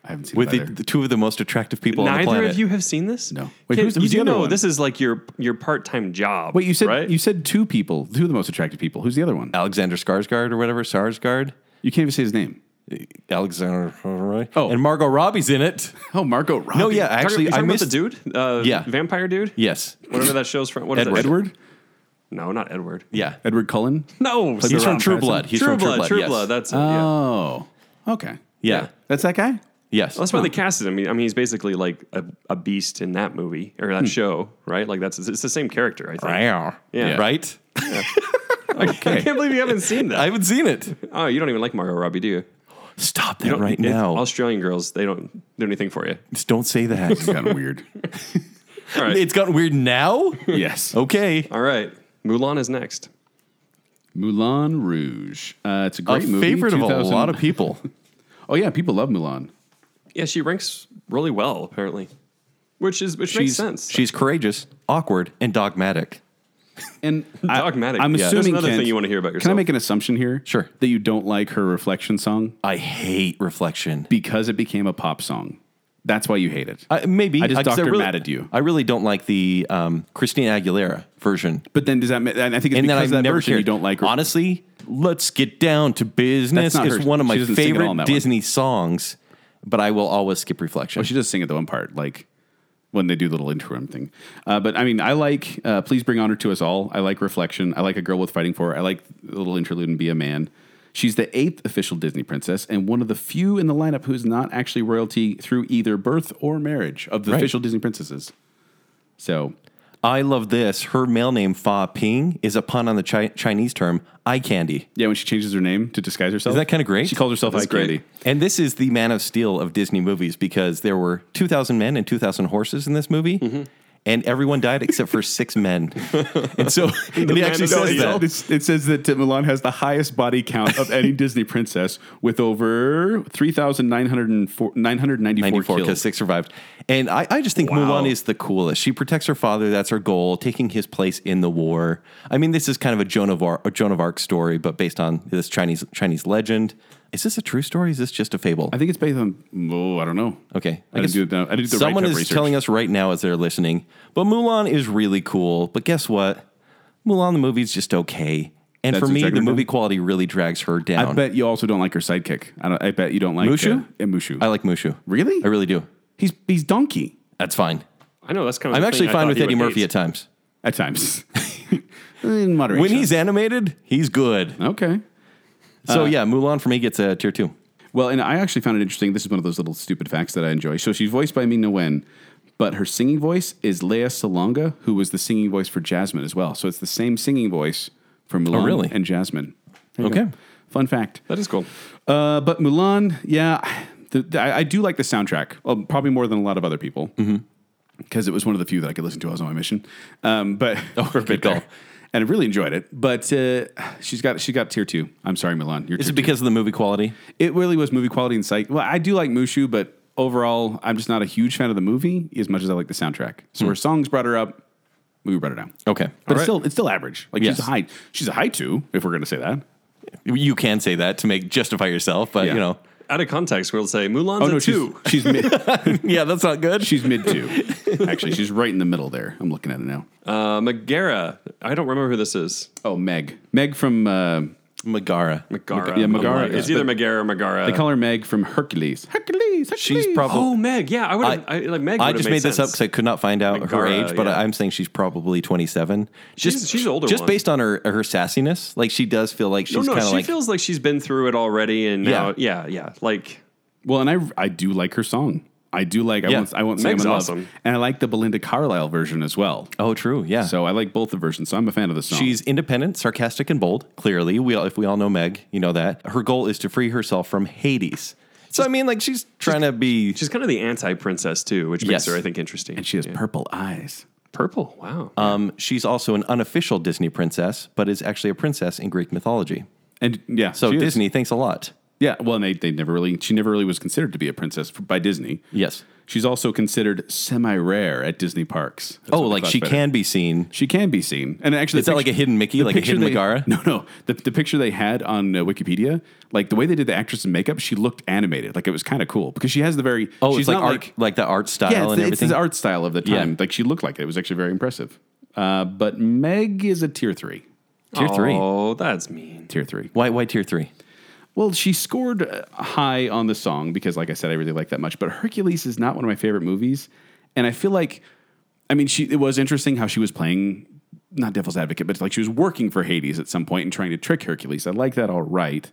I haven't seen With it the, either. the two of the most attractive people on the Neither planet. of you have seen this? No. Wait, Kid, who's- who's you the do other know one? this is like your your part time job. Wait, you said right? Uh, you said two people, two of the most attractive people. Who's the other one? Alexander Skarsgård or whatever, Sarsgaard. You can't even say his name. Alexander, right? Oh. and Margot Robbie's in it. Oh, Margot Robbie. No, yeah, Talking- actually, you I talking missed. about the dude. Uh, Yeah. vampire dude. Yes, whatever that show's from. What is Edward. that? show? Edward. No, not Edward. yeah, Edward Cullen. No, he's from Robin True Pattinson? Blood. He's True from Blood. True yes. Uh, Blood. That's it. yeah. Oh, okay. yeah, That's that guy? yes. Well, that's why they casted him. I mean, I mean, he's basically like a, a beast in that movie or Hmm. that show, right? Like that's it's the same character. I think. Wow. Yeah. right. I can't believe you haven't seen that. I haven't seen it. oh, you don't even like Margot Robbie, do you? Stop that Don't- right it- now. Australian girls they don't do anything for you. Just don't say that. Kind of weird. All right, it's gotten weird now. yes. Okay, all right. Mulan is next. Moulin Rouge. Uh, it's a a great movie. favorite of a 2000 lot of people. Oh yeah, people love Mulan. Yeah, she ranks really well apparently, which is which makes She's sense. she's courageous, awkward, and dogmatic. And I- Dogmatic. I'm Yeah, that's assuming another Kent, thing you wanna hear about Can I yourself. make an assumption here? Sure. That you don't like her reflection song I hate reflection. because it became a pop song. That's why you hate it. I, Uh, maybe I just 'cause Dr. really- Mad at you. I really don't like the um, Christina Aguilera version, but then does that? ma- And I think it's and then because I've of that never version cared. you don't like. Her. Honestly, let's get down to business. That's not It's her. one of She my doesn't sing at all in favorite that one. Disney songs, but I will always skip reflection. Well, she does sing at the one part, like when they do the little intro and thing. Uh, but I mean, I like uh, "Please Bring Honor to Us All." I like "Reflection." I like "A Girl Worth Fighting For." I like the little interlude and "Be a Man." She's the eighth official Disney princess and one of the few in the lineup who's not actually royalty through either birth or marriage of the Right. official Disney princesses. So I love this. Her male name Fa Ping is a pun on the chi- Chinese term eye candy. Yeah, when she changes her name to disguise herself. Isn't that kinda great? She calls herself That's Eye Candy. great. And this is the Man of Steel of Disney movies because there were 2,000 men and 2,000 horses in this movie. Mm-hmm. And everyone died except for six men. And so and he Man actually of says Steel. that. It's- it says that Mulan has the highest body count of any Disney princess with over 3,994 94 kills. because six survived. And I, I just think Wow. Mulan is the coolest. She protects her father. That's her goal, taking his place in the war. I mean, this is kind of a Joan of Arc, a Joan of Arc story, but based on this Chinese Chinese legend. Is this a true story? Is this just a fable? I think it's based on, oh, I don't know. Okay, I, didn't do it. now. I didn't do the someone right is telling us right now as they're listening. But Mulan is really cool. But guess what? Mulan the movie's just okay. And That's for me, exactly the right. movie quality really drags her down. I bet you also don't like her sidekick. I, don't, I bet you don't like Mushu? Uh, yeah, Mushu. I like Mushu. Really? I really do. He's he's donkey That's fine. I know that's kind of. I'm the actually thing I fine thought with he Eddie would Murphy hate. at times. at times. In moderation. When he's animated, he's good. okay. Uh, So yeah, Mulan for me gets a tier two. Well, and I actually found it interesting. This is one of those little stupid facts that I enjoy. So she's voiced by Ming Na Wen, but her singing voice is Leia Salonga, who was the singing voice for Jasmine as well. So it's the same singing voice for Mulan Oh, really? and Jasmine. There you Okay. go. Fun fact. That is cool. Uh, but Mulan, yeah, the, the- I, I do like the soundtrack. Well, probably more than a lot of other people Mm-hmm. because it was one of the few that I could listen to while I was on my mission. Um, but for a bit call. there. and I really enjoyed it. But uh, she's got she got tier two. I'm sorry, Mulan. You're Is tier it two. because of the movie quality? It really was movie quality and psych. Well, I do like Mushu, but overall, I'm just not a huge fan of the movie as much as I like the soundtrack. So her songs brought her up, movie brought her down. Hmm. Okay. All but it's right. still it's still average. Like Yes. she's a high she's a high two if we're gonna say that. You can say that to make justify yourself, but Yeah. you know, Out of context, we'll say Mulan's Oh, a two. Oh, she's she's mid yeah, that's not good. she's mid two. Actually, she's right in the middle there. I'm looking at it now. Uh, Megara. I don't remember who this is. Oh, Meg, Meg from uh, Megara. Megara. Yeah, I'm Megara, like, yeah. It's either Megara or Megara. they call her Meg from Hercules. Hercules, Hercules. She's probably. Oh, Meg. Yeah, I would. I, I like Meg. I would've just made, made this up because I could not find out her Megara, age, but yeah. I'm saying she's probably 27. She's- just she's the older Just one. based on her her sassiness, like she does feel like she's No, no, kind of she like feels like she's been through it already, and Yeah. now, yeah, yeah, like Well, and I I do like her song. I do like. I Yeah. won't. I won't say Meg's I'm in awesome. love. And I like the Belinda Carlisle version as well. oh, true, yeah. So I like both the versions. So I'm a fan of the song. She's independent, sarcastic, and bold. Clearly, we all, if we all know Meg, you know that her goal is to free herself from Hades. So I mean, like she's trying to be. she's kind of the anti-princess too, which Yes. makes her, I think, interesting. and she has purple eyes. purple. Wow. Um, she's also an unofficial Disney princess, but is actually a princess in Greek mythology. And yeah, So she is. Disney, thanks a lot. Yeah, well, and they they never really she never really was considered to be a princess f- by Disney. Yes. She's also considered semi rare at Disney parks. That's oh, what they like she classify her. can be seen. She can be seen. And actually, Is the that like a hidden Mickey, the like a picture hidden they- Megara? No, no. The, the picture they had on uh, Wikipedia, like the way they did the actress in makeup, she looked animated. Like it was kind of cool because she has the very. Oh, she's it's like not art, like, the art style yeah, it's, and the- it's everything. the art style of the Yeah. time. Like she looked like it. It was actually very impressive. Uh, but Meg is a tier three. tier three. Oh, that's mean. Tier three. Why? Why tier three? Well, she scored uh, high on the song because, like I said, I really like that much. But Hercules is not one of my favorite movies, and I feel like, I mean, she it was interesting how she was playing not devil's advocate, but like she was working for Hades at some point and trying to trick Hercules. I like that all right,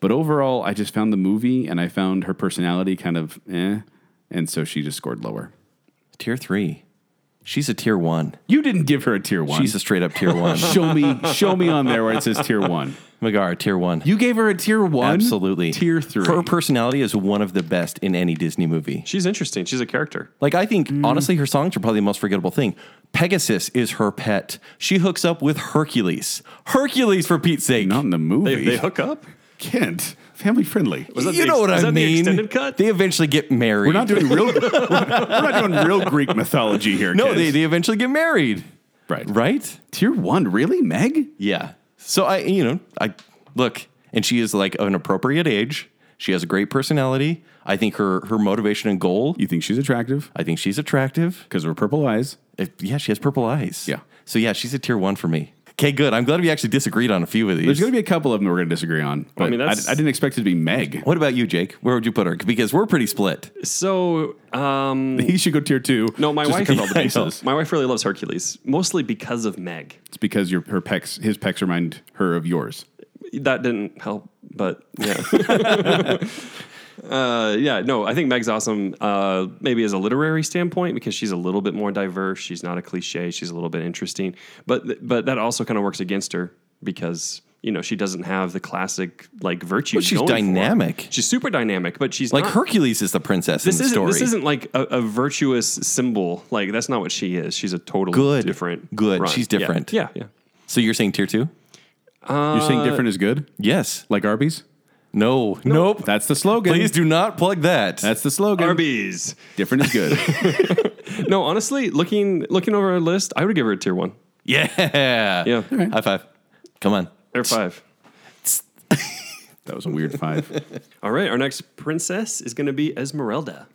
but overall, I just found the movie and I found her personality kind of eh, and so she just scored lower. Tier three. She's a tier one. You didn't give her a tier one. She's a straight up tier one. show me, show me on there where it says tier one. Megara, tier one. You gave her a tier one, Absolutely. tier three. Her personality is one of the best in any Disney movie. She's interesting. She's a character. Like, I think, Mm. honestly, her songs are probably the most forgettable thing. Pegasus is her pet. She hooks up with Hercules. Hercules, for Pete's sake. not in the movie. They, they hook up. Kent, family friendly. Was that you the know ex- what is I that the mean? extended cut? They eventually get married. We're not doing real. we're, not doing real Greek mythology here. no, kids. they, they eventually get married. right, Right? Tier one, really, Meg? Yeah. So I, you know, I look, and she is like of an appropriate age. She has a great personality. I think her her motivation and goal. You think she's attractive I think she's attractive. because of her purple eyes? Uh, Yeah, she has purple eyes. Yeah. So yeah, she's a tier one for me. Okay, good. I'm glad we actually disagreed on a few of these. There's going to be a couple of them we're going to disagree on. But I mean, mean, I, that's- didn't expect it to be Meg. what about you, Jake? Where would you put her? Because we're pretty split. So, um, He should go tier two. no, my just wife. "Oh." To cover all the I know. pieces. My wife really loves Hercules, mostly because of Meg. It's because your her pecs, his pecs remind her of yours. That didn't help, but yeah. Uh, yeah, no, I think Meg's awesome. Uh, maybe as a literary standpoint because she's a little bit more diverse. She's not a cliche. She's a little bit interesting, but th- but that also kind of works against her because you know she doesn't have the classic like virtue. But she's going for her. dynamic. She's super dynamic, but she's Like not- Hercules is the princess This in the isn't, story. this isn't like a, a virtuous symbol. Like that's not what she is. She's a totally Good. different. Good. run. She's Yeah. different. Yeah, yeah. so you're saying tier two? You're Uh, saying different is good, Yes. like Arby's. No. Nope. That's the slogan. Please do not plug that. That's the slogan. Arby's. Different is good. No, honestly, looking looking over our list, I would give her a tier one. yeah. Yeah. All right. High five. Come on. Tier five. that was a weird five. All right, our next princess is going to be Esmeralda.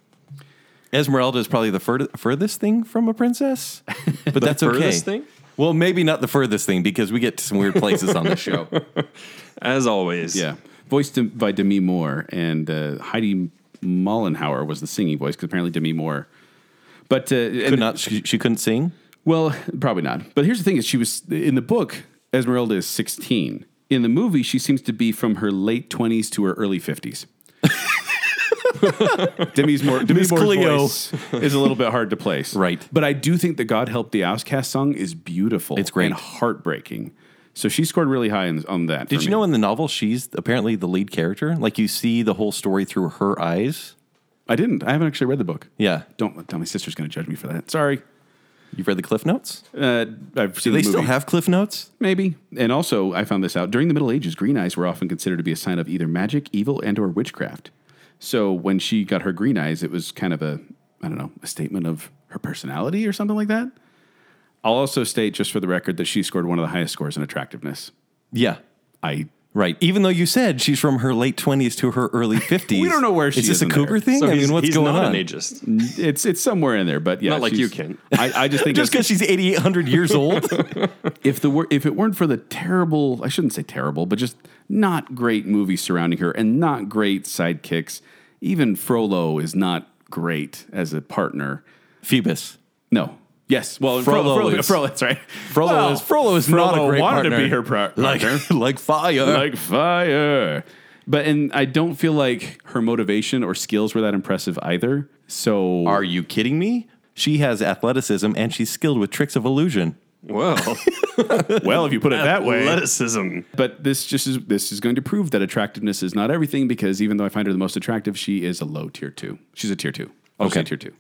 Esmeralda is probably the fur- furthest thing from a princess, but that's okay. furthest thing? Well, maybe not the furthest thing because we get to some weird places on the show. As always. Yeah, voiced to- by Demi Moore and uh, Heidi Mollenhauer was the singing voice because apparently Demi Moore. But uh, Could and, not, she, she couldn't sing. well, probably not. But here's the thing: is she was in the book Esmeralda is 16. In the movie, she seems to be from her late 20s to her early 50s. Demi's more Demi Miss Moore's Cleo. voice is a little bit hard to place, Right. But I do think the "God Help the Outcast" song is beautiful. It's great. and heartbreaking. So she scored really high on, on that. Did for you me. know in the novel she's apparently the lead character? Like you see the whole story through her eyes. I didn't. I haven't actually read the book. Yeah, Don't tell my sister's going to judge me for that. Sorry. you've read the cliff notes. Uh, I've Do seen they the still movie. have cliff notes? maybe. And also, I found this out during the Middle Ages. Green eyes were often considered to be a sign of either magic, evil, and/or witchcraft. So when she got her green eyes, it was kind of a I don't know a statement of her personality or something like that. I'll also state, just for the record, that she scored one of the highest scores in attractiveness. Yeah, I right. Even though you said she's from her late twenties to her early fifties, We don't know where she is. This is a in cougar there. thing? So I he's, mean, what's he's going not on? an ageist. it's it's somewhere in there, but yeah, Not like she's- you, Ken. I, I just think Just because that's- she's eighty eight hundred years old. if the were, if it weren't for the terrible, I shouldn't say terrible, but just not great movies surrounding her and not great sidekicks, even Frollo is not great as a partner. Phoebus. No. Yes. Well, Frollo, Frollo Frollo, is- Frollo, that's right. Frollo Well, is Frollo is not a Frollo great wanted partner. to be her pro- partner. like like fire. like fire. But and I don't feel like her motivation or skills were that impressive either. So Are you kidding me? She has athleticism and she's skilled with tricks of illusion. Well, well, if you put it that way, athleticism. But this just is this is going to prove that attractiveness is not everything because even though I find her the most attractive, she is a low tier two. She's a tier two. I'll Okay. say tier two.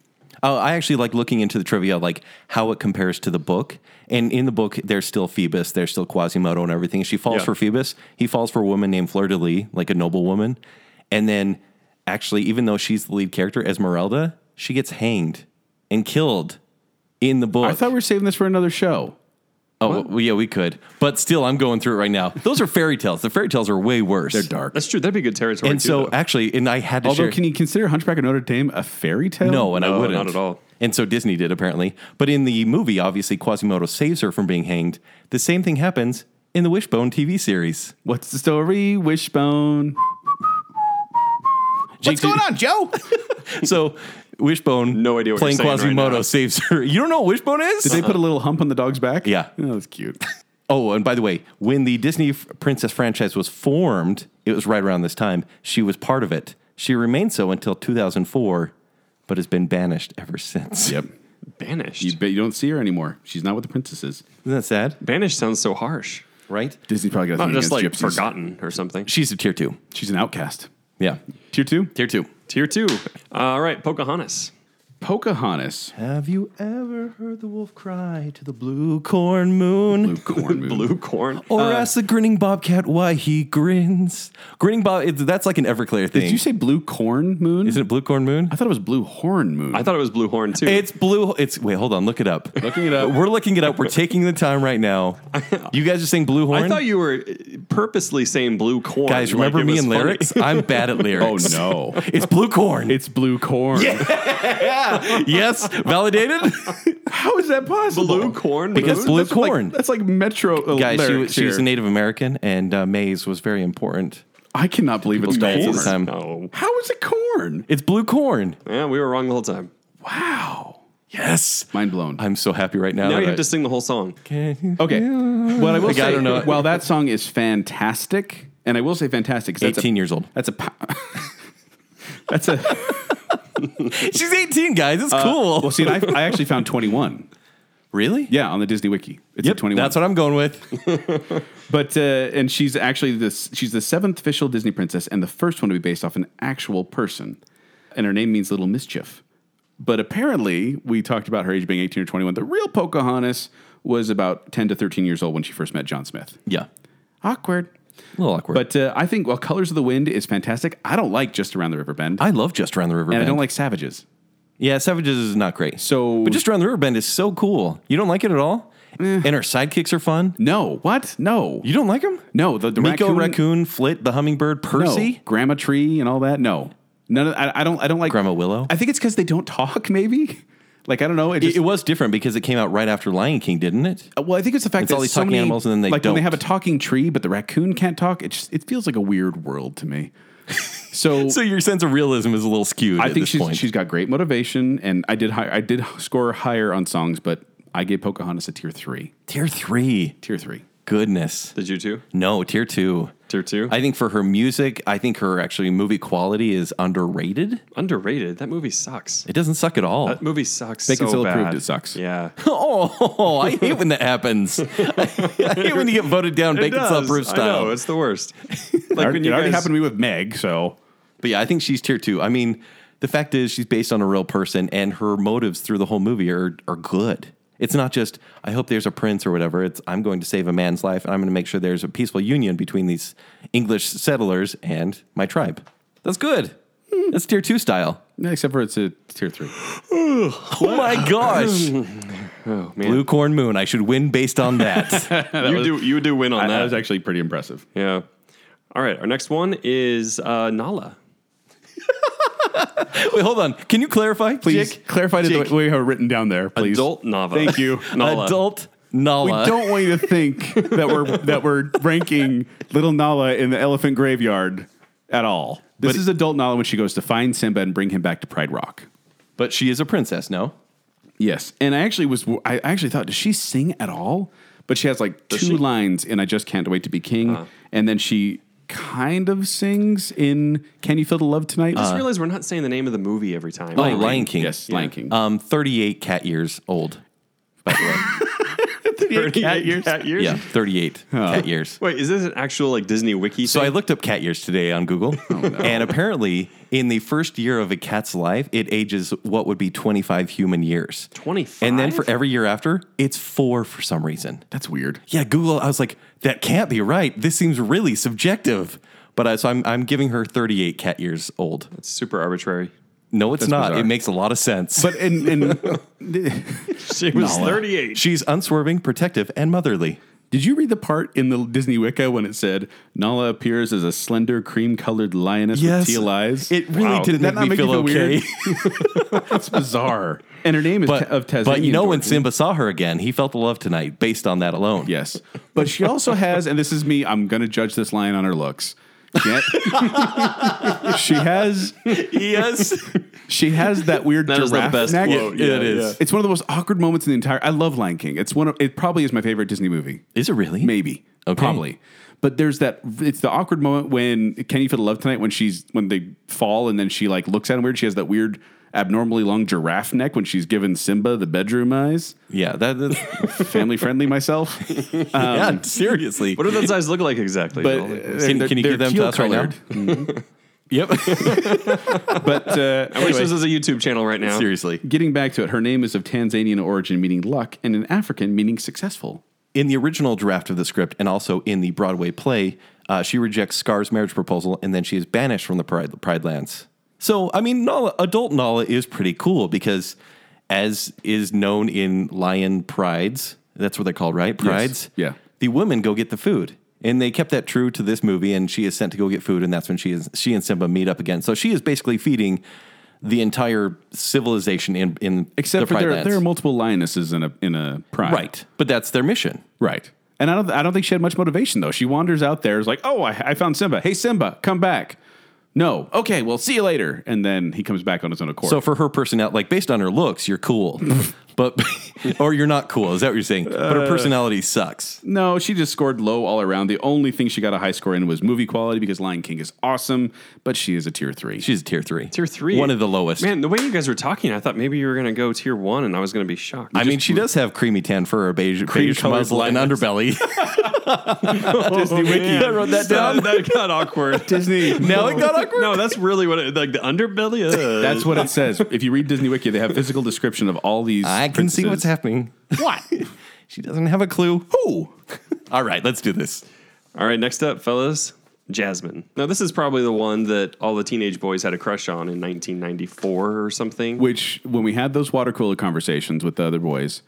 Oh, I actually like looking into the trivia, like how it compares to the book. And in the book, there's still Phoebus, there's still Quasimodo and everything. She falls Yeah. for Phoebus. He falls for a woman named Fleur de Lis, like a noble woman. And then, actually, even though she's the lead character, Esmeralda, she gets hanged and killed in the book. I thought we were saving this for another show. oh, well, yeah, we could. But still, I'm going through it right now. Those are fairy tales. The fairy tales are way worse. They're dark. That's true. That'd be good territory. And too, so, though. actually, and I had to Although, share- can you consider Hunchback of Notre Dame a fairy tale? No, and I No, wouldn't. not at all. And so Disney did apparently. But in the movie, obviously Quasimodo saves her from being hanged. The same thing happens in the Wishbone TV series. What's the story? Wishbone. What's going on, Joe? so Wishbone, No idea what playing you're saying right Quasimodo now. saves her. You don't know what Wishbone is? Did they put a little hump on the dog's back? Yeah. Oh, that's cute. oh, and by the way, when the Disney f- Princess franchise was formed, it was right around this time. She was part of it. She remained so until 2004, but has been banished ever since. yep. banished. You bet you don't see her anymore. She's not with the princesses. Isn't that sad? banished sounds so harsh. Right? Disney probably got a Not thing just like against gypsies. forgotten or something. She's a tier two. She's an outcast. Yeah. Tier two. Tier two. Tier two. Uh, All right, Pocahontas. Pocahontas. Have you ever heard the wolf cry to the blue corn moon? Blue corn moon. Blue corn. Or ask the grinning bobcat why he grins? Grinning bob, it- that's like an Everclear thing. Did you say blue corn moon? Isn't it blue corn moon? I thought it was blue horn moon. I thought it was blue horn too. It's blue. It's wait, hold on, look it up. Looking it up. We're looking it up. We're taking the time right now. You guys are saying blue horn. I thought you were uh, purposely saying blue corn. guys like remember it me was and funny. lyrics. I'm bad at lyrics. Oh no. it's blue corn. it's blue corn. yes, validated How is that possible? Blue corn. because moon? blue That's like- corn. that's like metro uh, guys, she, was- lyrics she was a here. Native American, and uh, maize was very important. I cannot believe it's People's diets at corn. the time. No. How is it corn? It's blue corn. Yeah, we were wrong the whole time. Wow. Yes. Mind blown. I'm so happy right now. Now that you have I- to sing the whole song. okay. Well, I will Like, say, I don't know. while that song is fantastic, and I will say fantastic, 'cause that's a- 18 years old. That's a. Po- That's a She's 18, guys. It's cool. well. See, I, I actually found 21. really? Yeah, on the Disney Wiki, it's at 21. That's what I'm going with. But uh, and she's actually this. She's the seventh official Disney princess and the first one to be based off an actual person, and her name means little mischief. But apparently, we talked about her age being 18 or 21. The real Pocahontas was about 10 to 13 years old when she first met John Smith. yeah. Awkward. A little awkward. But uh, I think, well, Colors of the Wind is fantastic. I don't like Just Around the River Bend. I love Just Around the River and Bend. I don't like Savages. Yeah, Savages is not great. So- But Just Around the River Bend is so cool. You don't like it at all? Mm. And her sidekicks are fun. No. What? No. You don't like them? no. The, the Miko raccoon, raccoon, Flit, the hummingbird, Percy. No. Grandma Tree and all that. No. None of, I, I don't. I don't like Grandma Willow? I think it's because they don't talk. Maybe. Like I don't know. It It, just, Oh. it was different because it came out right after Lion King, didn't it? Uh, well, I think it's the fact It's that all these so talking many- animals and then they like when they don't. have a talking tree, but the raccoon can't talk. It just it feels like a weird world to me. So, So your sense of realism is a little skewed. I at think this she's point. she's got great motivation, and I did hi- I did score higher on songs, but I gave Pocahontas a tier three. tier three. Tier three. Goodness. Did you too? No, tier two. Tier two? I think for her music, I think her actually movie quality is underrated. Underrated. That movie sucks. It doesn't suck at all. Uh, That movie sucks. Bacon so Cell bad. approved it sucks. Yeah. oh, I hate when that happens. I, hate when you get voted down bacon does. cell proof I know style. it's the worst. It like when already you guys, happened to me with Meg, so But yeah, I think she's tier two. I mean, the fact is she's based on a real person and her motives through the whole movie are are good. It's not just I hope there's a prince or whatever. It's I'm going to save a man's life and I'm going to make sure there's a peaceful union between these English settlers and my tribe. That's good. That's tier two style. except for it's a tier three. Oh my gosh. Oh, Blue corn moon. I should win based on that. you do you do win on And that. that was actually pretty impressive. yeah. All right. Our next one is uh, Nala. Wait, hold on. Can you clarify, please? Please clarify to Jake. the way you have it written down there, please. Adult Nava. Thank you. Nala. Adult Nala. We don't want you to think that we're that we're ranking little Nala in the elephant graveyard at all. This is adult Nala when she goes to find Simba and bring him back to Pride Rock. But she is a princess, no? Yes, and I actually was I actually thought, does she sing at all? But she has like two she? lines in "I Just Can't Wait to Be King," and then she kind of sings in "Can You Feel the Love Tonight." I just realized we're not saying the name of the movie every time. Oh, Lion King. Yes, Lion King. Um, 38 cat years old. By the way, cat years. yeah, 38 cat years. Wait, is this an actual like Disney wiki? So I thing? looked up cat years today on Google, Oh, and apparently, in the first year of a cat's life, it ages what would be 25 human years. 25? And then for every year after, it's four for some reason. That's weird. Yeah, Google. I was like, that can't be right. This seems really subjective. But I, so I'm, I'm giving her 38 cat years old. it's super arbitrary. No, it's not. bizarre. It makes a lot of sense. But in, in She was thirty-eight. she's unswerving, protective, and motherly. Did you read the part in the Disney Wicca when it said Nala appears as a slender, cream-colored lioness with teal eyes? It really Wow. did Did that not not make me make you feel feel okay. weird? That's bizarre. And her name is but, Ta- of Tasmanian. but you know, when Dwarf. Simba saw her again, he felt the love tonight based on that alone. Yes, but she also has, and this is me. I'm going to judge this lion on her looks. She ha- she has, Yes. she has that weird That giraffe is the best neck. quote. Yeah, it is. It's one of the most awkward moments in the entire. I love Lion King. It's one of. It probably is my favorite Disney movie. Is it really? Maybe. Okay. Probably. But there's that it's the awkward moment when Can You Feel the Love Tonight when she's when they fall and then she like looks at him weird. She has that weird abnormally long giraffe neck when she's given Simba the bedroom eyes. Yeah. That, that, Family friendly myself. yeah. Seriously. What do those eyes look like exactly? But Nola? can, can you give them to us right now? Yep. But uh, I wish anyway, this was a YouTube channel right now. Seriously. getting back to it, her name is of Tanzanian origin meaning luck and in African meaning successful. in the original draft of the script and also in the Broadway play, uh, she rejects Scar's marriage proposal and then she is banished from the Pride, Pride Lands. So, I mean, Nala, adult Nala is pretty cool because, as is known in Lion Prides, that's what they're called, right? Prides. yeah. The women go get the food. And they kept that true to this movie, and she is sent to go get food, and that's when she is she and Simba meet up again. So she is basically feeding the entire civilization in in the Except for Pride there, Lands. there are multiple lionesses in a in a pride. right, but that's their mission. Right. And I don't, I don't think she had much motivation though. She wanders out there, is like, oh, I, I found Simba. Hey, Simba, come back. No. Okay, well, see you later. And then he comes back on his own accord. So for her personality, like based on her looks, you're cool. But or you're not cool. Is that what you're saying? but her personality sucks. No, she just scored low all around. The only thing she got a high score in was movie quality because Lion King is awesome, but she is a tier three. She's tier three. Tier three, One of the lowest. Man, the way you guys were talking, I thought maybe you were going to go tier one, and I was going to be shocked. I mean, she does have creamy tan fur, a beige, beige colored muzzle, and blouse. underbelly. Oh, Disney Wiki. I wrote that down. that got awkward. Disney. now it got awkward. no, that's really what it, like the underbelly. Uh, That's what it says. If you read Disney Wiki, they have physical description of all these. I can see what's princesses. happening. What? she doesn't have a clue. Who? All right, let's do this. All right, next up, fellas, Jasmine. Now, this is probably the one that all the teenage boys had a crush on in 1994 or something. Which, when we had those water cooler conversations with the other boys,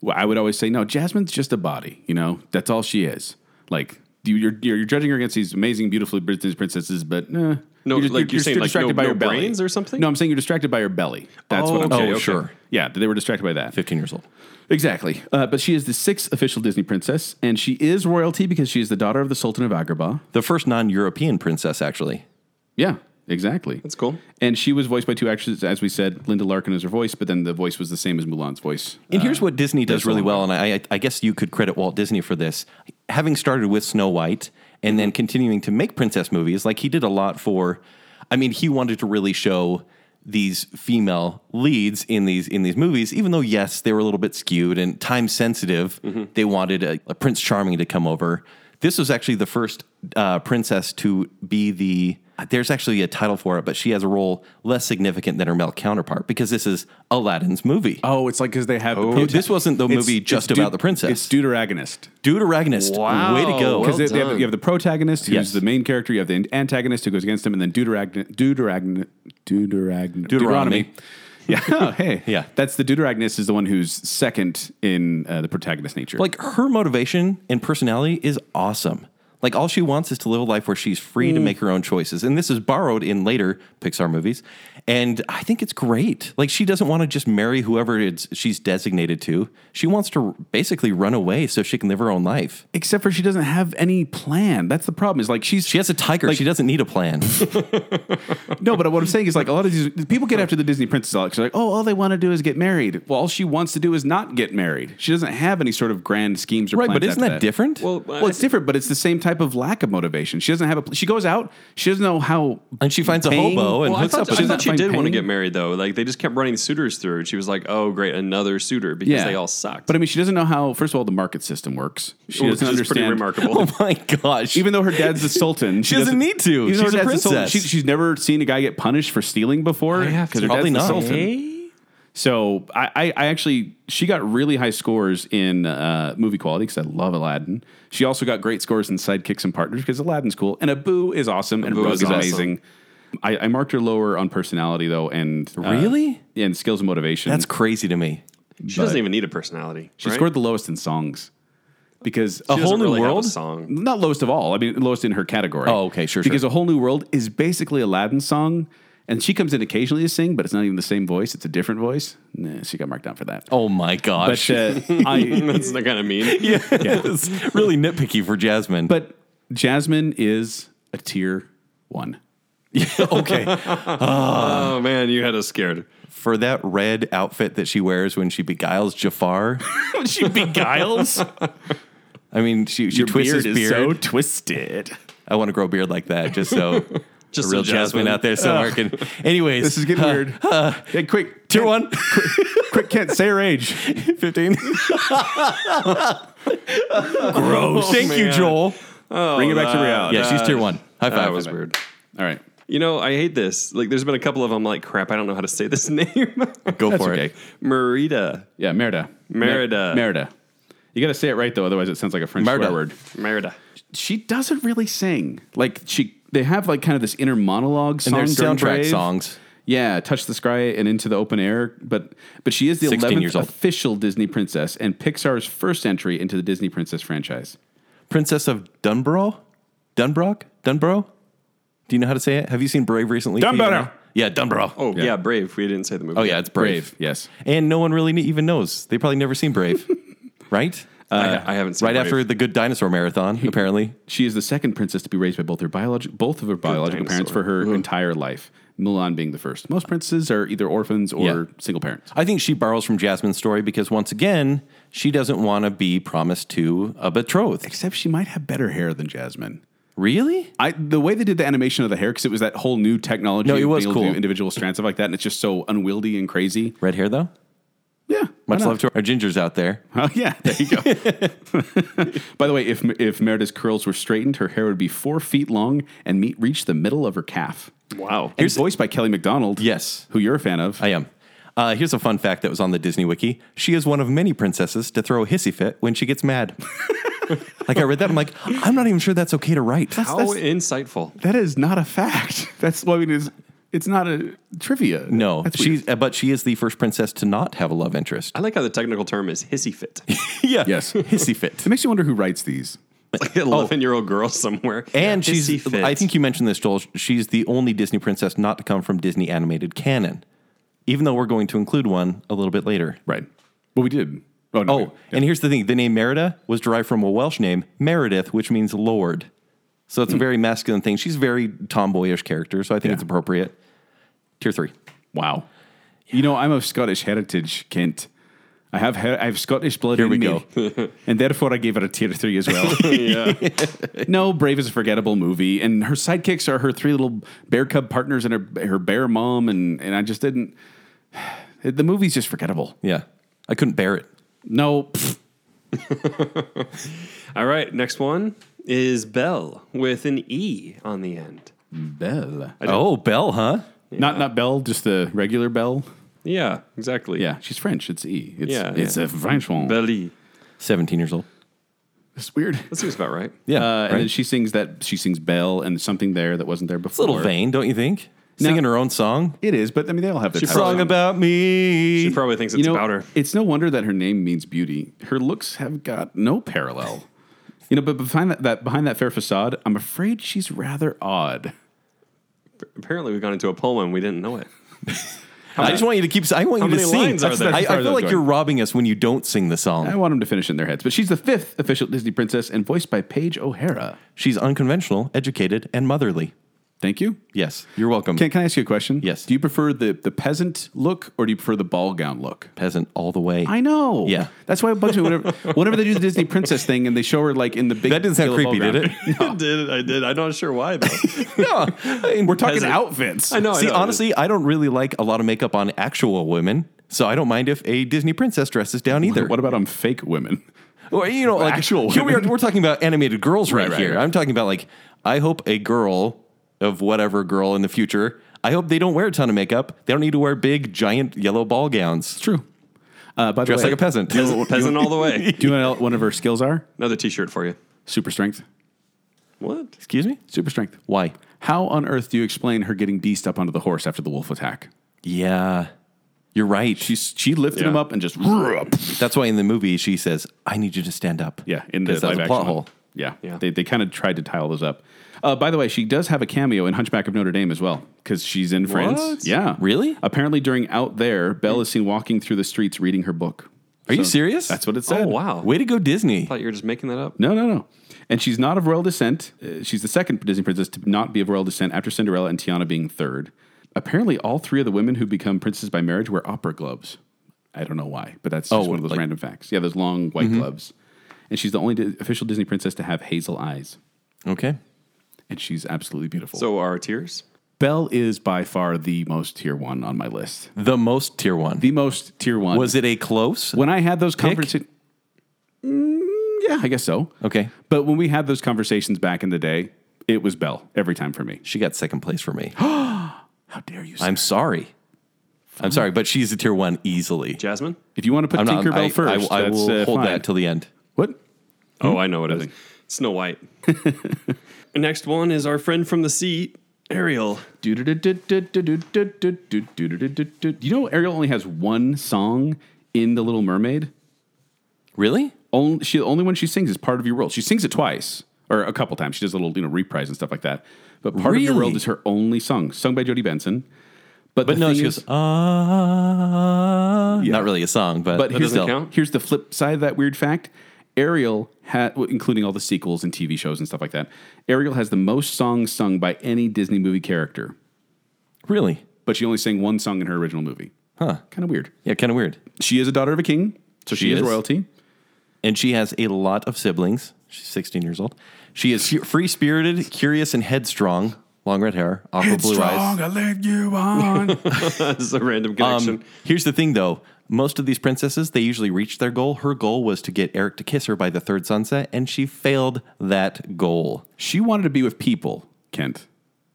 well, I would always say, "No, Jasmine's just a body. You know, that's all she is. Like you, you're you're judging her against these amazing, beautifully Disney princesses, but eh, No, just- like you're still saying, like, distracted no- by no her belly. brains or something? No, I'm saying you're distracted by her belly. That's what I'm Okay, oh, saying. okay. sure. Yeah, they were distracted by that. 15 years old. Exactly. Uh, but she is the sixth official Disney princess, and she is royalty because she is the daughter of the Sultan of Agrabah. The first non European princess, actually. Yeah, exactly. That's cool. And she was voiced by two actresses, as we said. Linda Larkin is her voice, but then the voice was the same as Mulan's voice. And Uh, here's what Disney does there's a really long well, and I, I- I guess you could credit Walt Disney for this. Having started with Snow White and then continuing to make princess movies, like he did a lot for, I mean, he wanted to really show these female leads in these in these movies even though yes they were a little bit skewed and time sensitive they wanted a, a prince charming to come over this was actually the first uh, princess to be the there's actually a title for it but she has a role less significant than her male counterpart because this is aladdin's movie Oh, it's like because they have. prota- This wasn't the movie just about the princess. It's Deuteragonist. Deuteragonist. Wow. Way to go. Well Because they- they have- done. you have the protagonist, who's Yes. the main character. You have the antagonist who goes against him, and then Deuteragn, Deuteragn, Deuteragn, Deuteronomy. Yeah. Oh, hey. Yeah. That's the Deuteragonist is the one who's second in uh, the protagonist nature. like her motivation and personality is awesome. Like all she wants is to live a life where she's free to make her own choices. And this is borrowed in later Pixar movies. And I think it's great. Like she doesn't want to just marry whoever it's, she's designated to. She wants to basically run away so she can live her own life. except for she doesn't have any plan. That's the problem. Is like she's She has a tiger. Like- she doesn't need a plan. No, but what I'm saying is like a lot of these people get after the Disney princess. Alex. They're like, oh, all they want to do is get married. Well, all she wants to do is not get married. She doesn't have any sort of grand schemes or right, plans but isn't after that different? Well, uh, Well, it's different, but it's the same type of lack of motivation. She doesn't have a. pl- She goes out. She doesn't know how. and she finds a paying- hobo and Well, I hooks thought, up I with him. thought she Find did want to pain? get married though. Like they just kept running suitors through, and she was like, "Oh, great, another suitor," because they all sucked. But I mean, she doesn't know how. First of all, the market system works. She Which doesn't is pretty understand. remarkable. Oh my gosh. Even though her dad's the sultan, She doesn't need to. Even though She's her a dad's the sultan, princess. she- she's never seen a guy get punished for stealing before. I have because to- her dad's Probably the not. sultan. Hey? So I, I, I actually she got really high scores in uh, movie quality because I love Aladdin. She also got great scores in sidekicks and partners because Aladdin's cool and Abu is awesome and Abu Rug is is, awesome. amazing. I, I marked her lower on personality though and uh, Really? yeah, and skills and motivation. That's crazy to me. she doesn't even need a personality. she right? scored the lowest in songs because a She doesn't whole new really have a world song. Not lowest of all. I mean lowest in her category. Oh, okay, sure, sure. Because a whole new world is basically Aladdin's song. And she comes in occasionally to sing, but it's not even the same voice. It's a different voice. Nah, she got marked down for that. Oh my gosh. But uh, I, That's not kind of mean. Yeah. it's really nitpicky for Jasmine. but Jasmine is a tier one. okay, Oh man, you had us scared. for that red outfit that she wears when she beguiles Jafar, she beguiles. I mean, she, she Your twists beard his is beard. so twisted. I want to grow a beard like that, just so Just just so real Jasmine. Jasmine- out there somewhere can. Anyways, This is getting weird. hey, quick, Tier one, quick, Kent, say her age. 15. Oh, Gross. Thank you, man. Joel. Bring it back to reality. Yeah, she's tier one. High five. That was weird. All right. You know, I hate this. Like, there's been a couple of them. Like, crap, I don't know how to say this name. Go That's for okay. it. Merida, Yeah, Merida. Merida. Merida. You got to say it right though, otherwise it sounds like a French Merida. swear word. Merida. She doesn't really sing. Like she, they have like kind of this inner monologue And song. there's during soundtrack Brave. songs. Yeah, touch the sky and into the open air. But but she is the 16 eleventh years old. official Disney princess and Pixar's first entry into the Disney princess franchise. Princess of Dunborough? Dunbrock? Dunborough? Do you know how to say it? Have you seen Brave recently? Dunborough. Yeah, Dunborough. Oh yeah. Brave. We didn't say the movie. Oh yeah, it's Brave. yes. And no one really kn- even knows. They probably never seen Brave, right? Uh, I, I haven't seen right Brave. after the Good Dinosaur marathon, apparently. She is the second princess to be raised by both her biological, both of her biological parents for dinosaur. her entire life. Mulan being the first. Most princesses are either orphans or Yeah. single parents. I think she borrows from Jasmine's story because once again, she doesn't want to be promised to a betrothed. Except she might have better hair than Jasmine. Really? I the way they did the animation of the hair because it was that whole new technology. No, it of was being able to do cool. individual strands stuff like that, and it's just so unwieldy and crazy. Red hair though? Yeah, why Much not? love to our gingers out there. Oh yeah, there you go. By the way, if if Merida's curls were straightened, her hair would be four feet long and meet reach the middle of her calf. Wow. Here's voiced by Kelly McDonald. Yes. who you're a fan of. I am. Uh, here's a fun fact that was on the Disney Wiki. She is one of many princesses to throw a hissy fit when she gets mad. like I read that, I'm like, I'm not even sure that's okay to write. How insightful. that is not a fact. That's what I mean. Is it's not a trivia. no, That's she's weird. uh, but she is the first princess to not have a love interest. I like how the technical term is hissy fit. yeah, Yes. hissy fit. It makes you wonder who writes these. like an 11 year old girl somewhere. Oh. And Hissy she's, fit. I think you mentioned this, Joel. She's the only Disney princess not to come from Disney animated canon, even though we're going to include one a little bit later. Right. Well, we did. Oh no. Oh, and here's the thing the name Merida was derived from a Welsh name, Meredith, which means Lord. So it's a very masculine thing. She's a very tomboyish character, so I think Yeah. it's appropriate. Tier three. Wow. You know, I'm of Scottish heritage, Kent. I have he- I have Scottish blood in we me, and therefore I gave it a tier three as well. no, Brave is a forgettable movie, and her sidekicks are her three little bear cub partners and her her bear mom, and and I just didn't. The movie's just forgettable. Yeah. I couldn't bear it. No, pfft, All right, next one is Belle with an E on the end. Belle. Oh, Belle, huh? Not not Belle, just the regular Belle. Yeah, exactly. Yeah, she's French. It's E. It's, Yeah, it's yeah. a French one. Belle. E. 17 years old. It's weird. That seems about right. Yeah. Uh, right? And then she sings that she sings Belle and something there that wasn't there it's a before. little vain, don't you think? Singing her own song. It is, but I mean, they all have their She types. probably- Song about me. She probably thinks it's you know, about her. It's no wonder that her name means beauty. Her looks have got no parallel. you know, but behind that, that behind that fair facade, I'm afraid she's rather odd. Apparently, we got into a poem and we didn't know it. I just want you to keep. I want how you to many sing. lines are That's- there? I, That's as I far as I feel was like going. you're robbing us when you don't sing the I song. want them to finish in their heads. But she's the fifth official Disney princess and voiced by Paige O'Hara. She's unconventional, educated, and motherly. Thank you. Yes, you're welcome. Can, can I ask you a question? Yes. Do you prefer the, the peasant look or do you prefer the ball gown look? Peasant all the way. I know. Yeah. That's why it bugs me whenever, whenever they do the Disney princess thing and they show her like in the big. That didn't sound yellow ball creepy, did gown. it? I did. I did. I'm not sure why, though. no, We're talking Peasant. outfits. I know. See, I know. honestly, I don't really like a lot of makeup on actual women, so I don't mind if a Disney princess dresses down either. What about on fake women? or you know, like Actual Here we are, women? we're talking about animated girls right, Right, right, here. right. I'm talking about like I hope a girl of whatever girl in the future. I hope they don't wear a ton of makeup. They don't need to wear big, giant yellow ball gowns. True. Uh, by the Dress way, like a peasant. peasant, peasant all the way. Do you know what one of her skills are? Another T-shirt for you. Oh, Super strength. What? Excuse me. Super strength. Why? How on earth do you explain her getting beast up onto the horse after the wolf attack? Yeah, you're right. She she lifted Yeah. him up and just That's why in the movie she says, "I need you to stand up." yeah in the Because that's live a action plot one. hole. Yeah, Yeah. they they kind of tried to tie all those up. Uh, by the way, she does have a cameo in Hunchback of Notre Dame as well because she's in What? France. Yeah, Really? Apparently, during Out There, Belle is seen walking through the streets reading her book. Are you serious? That's what it said. Oh wow! Way to go, Disney. I thought you were just making that up. No, no, no. And she's not of royal descent. Uh, she's the second Disney princess to not be of royal descent after Cinderella and Tiana being third. Apparently, all three of the women who become princesses by marriage wear opera gloves. I don't know why, but that's just Oh, one of those like- Mm-hmm. random facts. Yeah, those long white gloves. And she's the only di- official Disney princess to have hazel eyes. Okay. And she's absolutely beautiful. So our tears. Belle is by far the most tier one on my list. The most tier one. The most tier one. was it a close? When I had those conversations. yeah, I guess so. Okay. But when we had those conversations back in the day, it was Belle every time for me. She got second place for me. How dare you? I'm sorry. I'm sorry, but she's a tier one easily. Jasmine. if you want to put I'm Tinkerbell I, first, I, I that's, will uh, hold fine. that till the end. what? Oh, I know what it is. Snow White. Next one is our friend from the sea, Ariel. You know, Ariel only has one song in The Little Mermaid. Really? Only she, the only one she sings is "Part of Your World." She sings it twice or a couple times. She does a little, you know, reprise and stuff like that. But "Part of Your Really? World" is her only song, sung by Jodie Benson. But, But the no, thing she is- goes, ah. Not really a song, but, But here's doesn't the, still. count? here's the flip side of that weird fact. Ariel, ha- well, including all the sequels and TV shows and stuff like that, Ariel has the most songs sung by any Disney movie character, Really? but she only sang one song in her original movie. Huh. Kind of weird. Yeah, kind of weird. She is a daughter of a king, so she, She is. is. royalty. and she has a lot of siblings. She's 16 years old. She is free spirited, curious, and headstrong. Long red hair, aqua blue eyes. I led you on. this is a random Um, connection. here's the thing, though. Most of these princesses, they usually reach their goal. Her goal was to get Eric to kiss her by the third sunset, and she failed that goal. she wanted to be with people, Kent.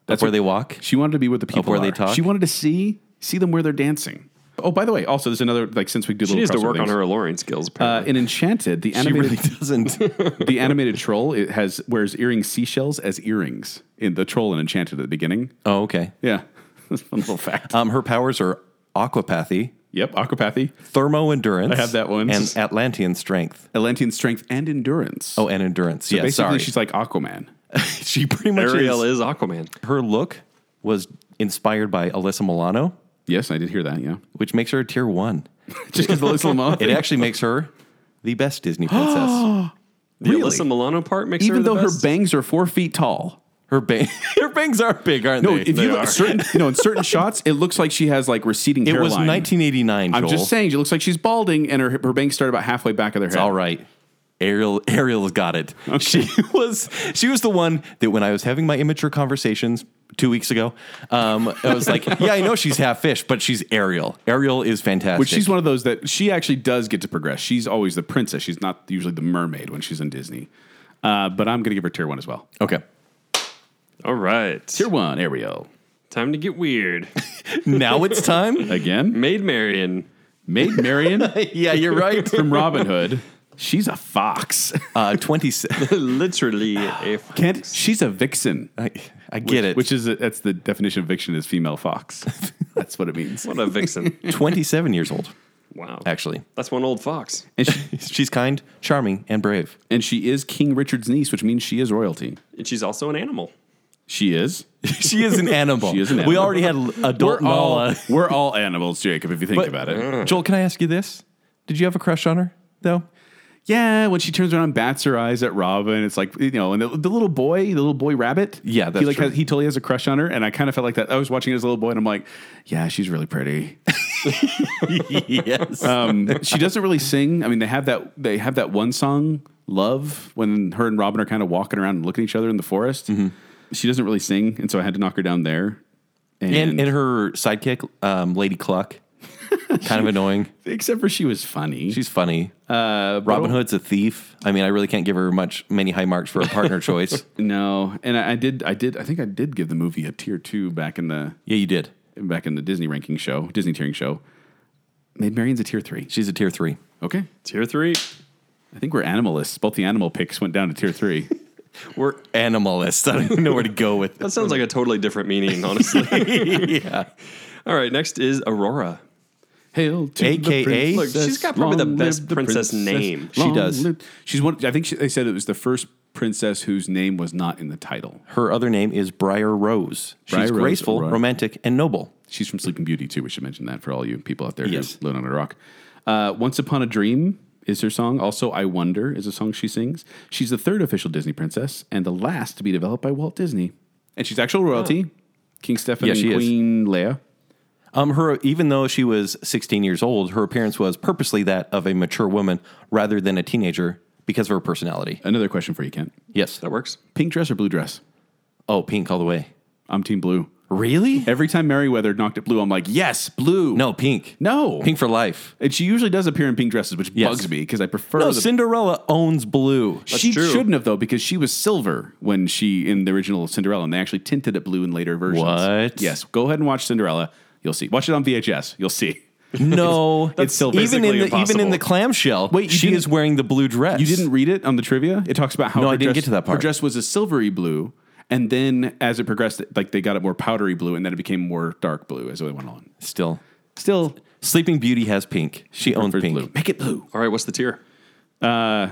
That's where what- they walk. She wanted to be with the people where they are. talk? She wanted to see see them where they're dancing. Oh, by the way, also there's another like since we did she little needs to crossover work on things, her alluring skills. Uh, Apparently. in Enchanted, the She animated really doesn't. the animated troll it has wears earring seashells as earrings in the troll in Enchanted at the beginning. oh, okay. Yeah, that's a fun little fact. Um, her powers are aquapathy, yep, aquapathy, thermo endurance. I have that one. And Atlantean strength. Atlantean strength, and endurance. Oh, and endurance. so yeah, basically sorry. she's like Aquaman. she pretty much Ariel is. is Aquaman. Her look was inspired by Alyssa Milano. yes, I did hear that. Yeah, which makes her a tier one. just because the little mom. It actually makes her the best Disney princess. The Really? Alyssa Milano part makes even her the though her best. bangs are four feet tall. her, bang- her bangs are big, aren't No, they? if you look certain, you know, in certain shots, it looks like she has like receding it hairline. was 1989. I'm Joel. just saying, she looks like she's balding, and her her bangs start about halfway back of their head. All right. Ariel, Ariel's got it. She was she was the one that when I was having my immature conversations two weeks ago, um, I was like, "Yeah, I know she's half fish, but she's Ariel. Ariel is fantastic." Which she's one of those that she actually does get to progress. She's always the princess. She's not usually the mermaid when she's in Disney. Uh, but I'm going to give her tier one as well. okay. All right. Tier one, Ariel. Time to get weird. Now it's time. Again, Maid Marian. Maid Marian yeah, you're right. from Robin Hood. She's a fox. Uh, Twenty. se- Literally a Kent, she's a vixen. I, I get it. Which is, that's the definition of vixen is female fox. that's what it means. what a vixen. twenty-seven years old, Wow. actually. That's one old fox. And she, She's kind, charming, and brave. and she is King Richard's niece, which means she is royalty. And she's also an animal. She is. She is an animal. She is an We animal. already had l- adult Nala. we're all uh, animals, Jacob, if you think But- about it. Joel, can I ask you this? Did you have a crush on her, though? Yeah, when she turns around and bats her eyes at Robin, it's like, you know, and the, the little boy, the little boy rabbit. Yeah, that's he, like, true. Has, he totally has a crush on her. And I kind of felt like that. I was watching it as a little boy and I'm like, yeah, she's really pretty. yes. Um, she doesn't really sing. I mean, they have that, they have that one song, Love, when her and Robin are kind of walking around and looking at each other in the forest. Mm-hmm. She doesn't really sing. And so I had to knock her down there. and, and her sidekick, um, Lady Cluck, kind of annoying. except for she was funny. She's funny. uh, but- Robin Hood's a thief. I mean, I really can't give her much many high marks for a partner choice. No, and I, I did. I did. I think I did give the movie a tier two back in the Yeah, you did. back in the Disney ranking show, Disney tiering show. Maid Marian's a tier three. She's a tier three. Okay, Tier three. I think we're animalists. Both the animal picks went down to tier three. We're animalists. I don't even know where to go with That this. sounds like a totally different meaning, honestly. yeah. All right, next is Aurora. Hail to AKA? the Look, princess. she's got probably the Long best live princess name. She Long does. live- She's one. I think she, they said it was the first princess whose name was not in the title. Her other name is Briar Rose. She's Briar Rose, graceful, Aurora. romantic, and noble. She's from Sleeping Beauty too. We should mention that for all you people out there Yes. who live under a rock. Uh, Once Upon a Dream is her song. Also, I Wonder is a song she sings. She's the third official Disney princess and the last to be developed by Walt Disney. And she's actual royalty. King Stefan Oh. Yeah, and she is. Queen Leia. Um, her even though she was 16 years old, her appearance was purposely that of a mature woman rather than a teenager because of her personality. Another question for you, Kent. Yes. That works. Pink dress or blue dress? Oh, pink all the way. I'm team blue. Really? Every time Merriweather knocked it blue, I'm like, yes, blue. No, pink. No. Pink for life. And she usually does appear in pink dresses, which Yes. bugs me because I prefer No, the Cinderella owns blue. she true. shouldn't have though, because she was silver when she in the original Cinderella, and they actually tinted it blue in later versions. What? Yes. Go ahead and watch Cinderella. You'll see. Watch it on VHS. You'll see. No, that's still even in basically the even in impossible. the clamshell. Wait, you she didn't- is wearing the blue dress. You didn't read it on the trivia. It talks about how No, I her didn't dress- get to that part. Her dress was a silvery blue, and then as it progressed, like they got it more powdery blue, and then it became more dark blue as it went on. still. Still, Sleeping Beauty has pink. She owns prefers pink. blue. Make it blue. All right, what's the tier? I'm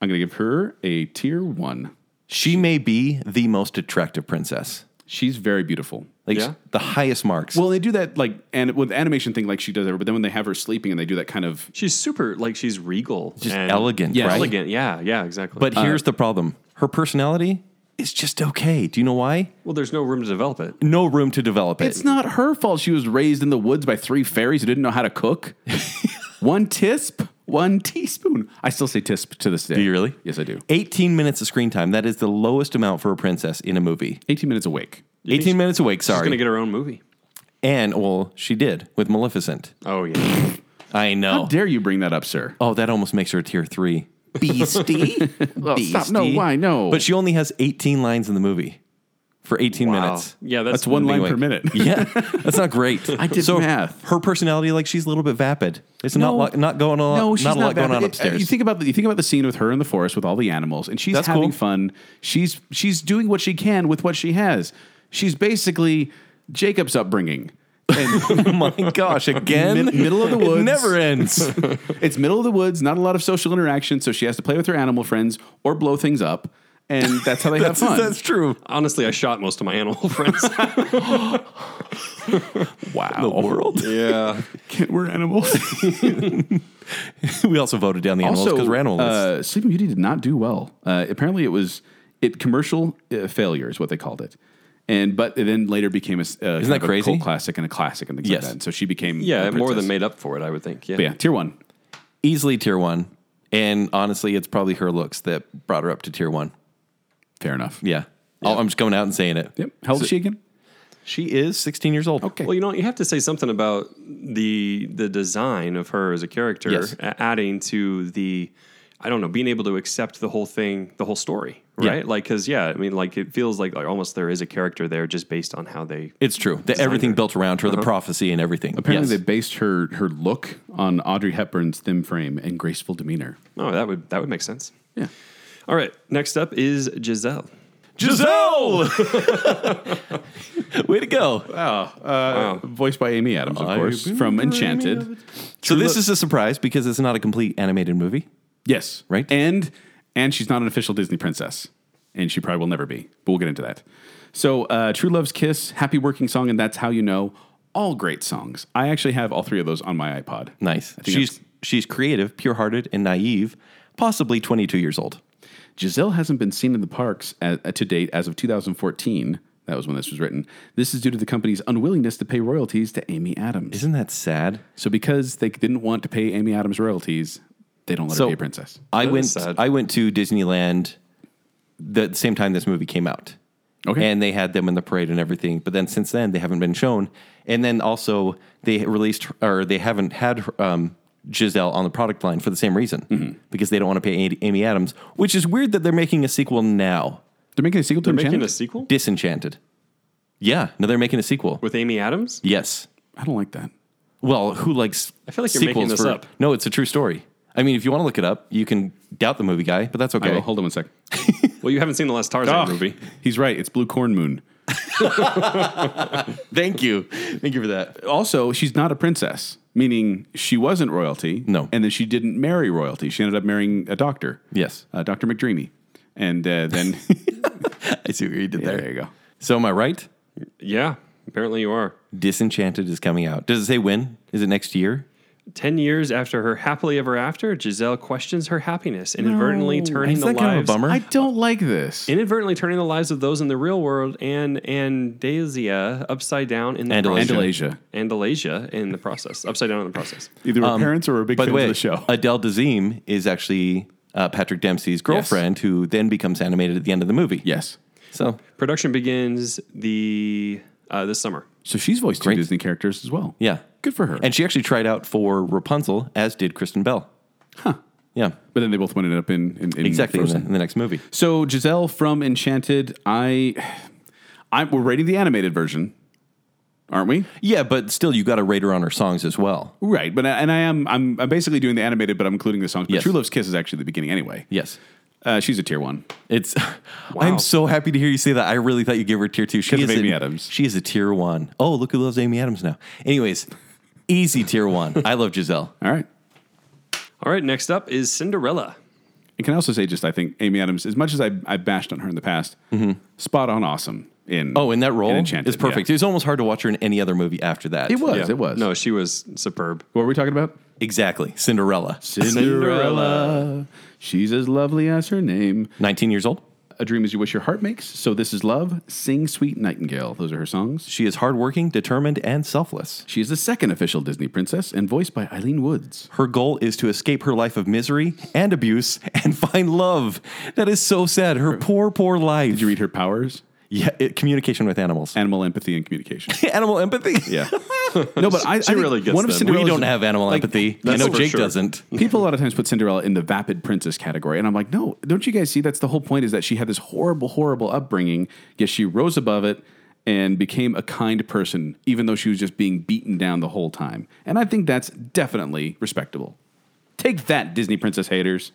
gonna give her a tier one. She may be the most attractive princess. She's very beautiful. Like Yeah. the highest marks. Well, they do that like and with the animation thing like she does ever, but then when they have her sleeping and they do that kind of She's super like she's regal, Just and elegant, Yes. right? elegant. Yeah, yeah, exactly. but Uh, here's the problem: her personality is just okay. Do you know why? well, there's no room to develop it. No room to develop it. It's not her fault she was raised in the woods by three fairies who didn't know how to cook. one tisp, one teaspoon. I still say tisp to this day. Do you really? Yes, I do. 18 minutes of screen time. That is the lowest amount for a princess in a movie. 18 minutes awake. 18 minutes awake, She's sorry. gonna get her own movie. and, well, she did with Maleficent. Oh yeah, I How know. dare you bring that up, sir? oh, that almost makes her a tier three. Beastie. Well, stop. No, why? No. But she only has 18 lines in the movie for 18 minutes. Wow. Yeah, that's, That's one line Anyway. per minute. Yeah, that's not great. I did math. Her personality, like she's a little bit vapid. It's No. not lo- not going on. No, she's not a lot bad, going on but it- upstairs. Uh, you think about the, you think about the scene with her in the forest with all the animals, and she's That's having cool. fun. She's she's doing what she can with what she has. She's basically Jacob's upbringing. oh my gosh, again, Mid- middle of the woods. It never ends. It's middle of the woods, not a lot of social interaction, so she has to play with her animal friends or blow things up, and that's how they have fun. That's true. honestly, I shot most of my animal friends. Wow, the world. yeah, Can't- we're animals. we also voted down the animals also, because we're animals. uh, Sleeping Beauty did not do well. Uh, apparently, it was it commercial uh, failure is what they called it, and but it then later became a, s- uh, kind that of a crazy? cult classic and a classic and things Yes. like that. And so she became yeah, a more than princess. made up for it, I would think. Yeah, But yeah, tier one. Easily tier one, and honestly, it's probably her looks that brought her up to tier one. Fair enough. Yeah, I'll- I'm just going out and saying it. Yep. How old is she again? She is 16 years old. Okay. Well, you know, you have to say something about the the design of her as a character, Yes. a- adding to the, I don't know, being able to accept the whole thing, the whole story, Yeah. right? Like, because yeah, I mean, like it feels like, like almost there is a character there just based on how they. It's true. The, everything built around her, the prophecy and everything. Apparently, Yes. they based her her look on Audrey Hepburn's thin frame and graceful demeanor. Oh, that would that would make sense. Yeah. All right, next up is Giselle. Giselle! Way to go. Uh, voiced by Amy Adams, of course, from Enchanted. so, this is a surprise because it's not a complete animated movie. Yes, Right. And and she's not an official Disney princess, and she probably will never be. But we'll get into that. So, uh, True Love's Kiss, Happy Working Song, and That's How You Know, all great songs. I actually have all three of those on my iPod. Nice. I think She's, she's creative, pure hearted, and naive, possibly 22 years old. Giselle hasn't been seen in the parks a- uh, to date as of 2014. That was when this was written. This is due to the company's unwillingness to pay royalties to Amy Adams. Isn't that sad? So because they didn't want to pay Amy Adams royalties, they don't let her be a princess. I That is went, sad. I went to Disneyland the same time this movie came out. Okay. And they had them in the parade and everything. But then since then, they haven't been shown. And then also, they released or they haven't had um, Giselle on the product line for the same reason Mm-hmm. because they don't want to pay A- Amy Adams, which is weird that they're making a sequel now. They're making a sequel to They're making a Enchanted. sequel Disenchanted. Yeah. No, they're making a sequel. with Amy Adams. yes. I don't like that. Well, who likes I feel like you're making this up. No, it's a true story. I mean, if you want to look it up, you can doubt the movie guy, but that's I okay. will- hold on one second. Well, you haven't seen the last Tarzan Ah. Ugh. movie. He's right. It's Blue Corn Moon. Thank you. Thank you for that. Oh, Also, she's not a princess, meaning she wasn't royalty. No. And then she didn't marry royalty. She ended up marrying a doctor. Yes. Uh, Dr. McDreamy. And uh, then, I see what you did Yeah, there. there you go. So, am I right? Yeah, apparently you are. Disenchanted is coming out. Does it say when? Is it next year? 10 years after her happily ever after, Giselle questions her happiness, inadvertently turning Isn't the that kind of a lives bummer? I don't like this. inadvertently turning the lives of those in the real world and Andasia upside down in the Andalasia. Andalasia. process. Andalasia in the process, upside down in the process. Either her parents or a big Um, By fan the way, of the show. Adele Dazeem is actually uh, Patrick Dempsey's girlfriend, who then becomes animated at the end of the movie. yes. So, Production begins the uh, this summer. So she's voiced Great. two Disney characters as well. yeah. Good for her. And she actually tried out for Rapunzel, as did Kristen Bell. huh. Hmm, Yeah. But then they both ended up in, in, in Exactly. In the, Frozen. in the next movie. So Giselle from Enchanted, I, I we're rating the animated version, aren't we? Yeah, but still, you got to rate her on her songs as well. Right, but and I am I'm, I'm basically doing the animated, but I'm including the songs. But Yes. True Love's Kiss is actually the beginning anyway. Yes. Uh, she's a tier one. It's. I'm Wow. so happy to hear you say that. I really thought you gave her tier two. She Because is of Amy a- Adams. She is a tier one. Oh, look who loves Amy Adams now. Anyways, easy tier one. I love Giselle. All right. All right, next up is Cinderella. And can I also say just I think Amy Adams, as much as I I bashed on her in the past, spot on awesome. in Mm-hmm. Oh, in that role, Enchanted, it's perfect. yeah. It was almost hard to watch her in any other movie after that. It was. Yeah. It was. No, she was superb. What were we talking about? exactly Cinderella. Cinderella. She's as lovely as her name. Nineteen years old. A dream is you wish your heart makes. So this is love. Sing sweet nightingale. Those are her songs. She is hardworking, determined, and selfless. She is the second official Disney princess and voiced by Eileen Woods. Her goal is to escape her life of misery and abuse and find love. That is so sad. Her poor, poor life. Did you read her powers? Yeah, it, communication with animals. Animal empathy and communication. animal empathy. Yeah. no, but I, I She think really gets one of them. We Cinderella's- don't have animal like, empathy. I that's know for Jake sure. doesn't. People a lot of times put Cinderella in the vapid princess category, and I'm like, no, don't you guys see? That's the whole point is that she had this horrible, horrible upbringing. Yet she rose above it and became a kind person, even though she was just being beaten down the whole time. And I think that's definitely respectable. Take that, Disney princess haters.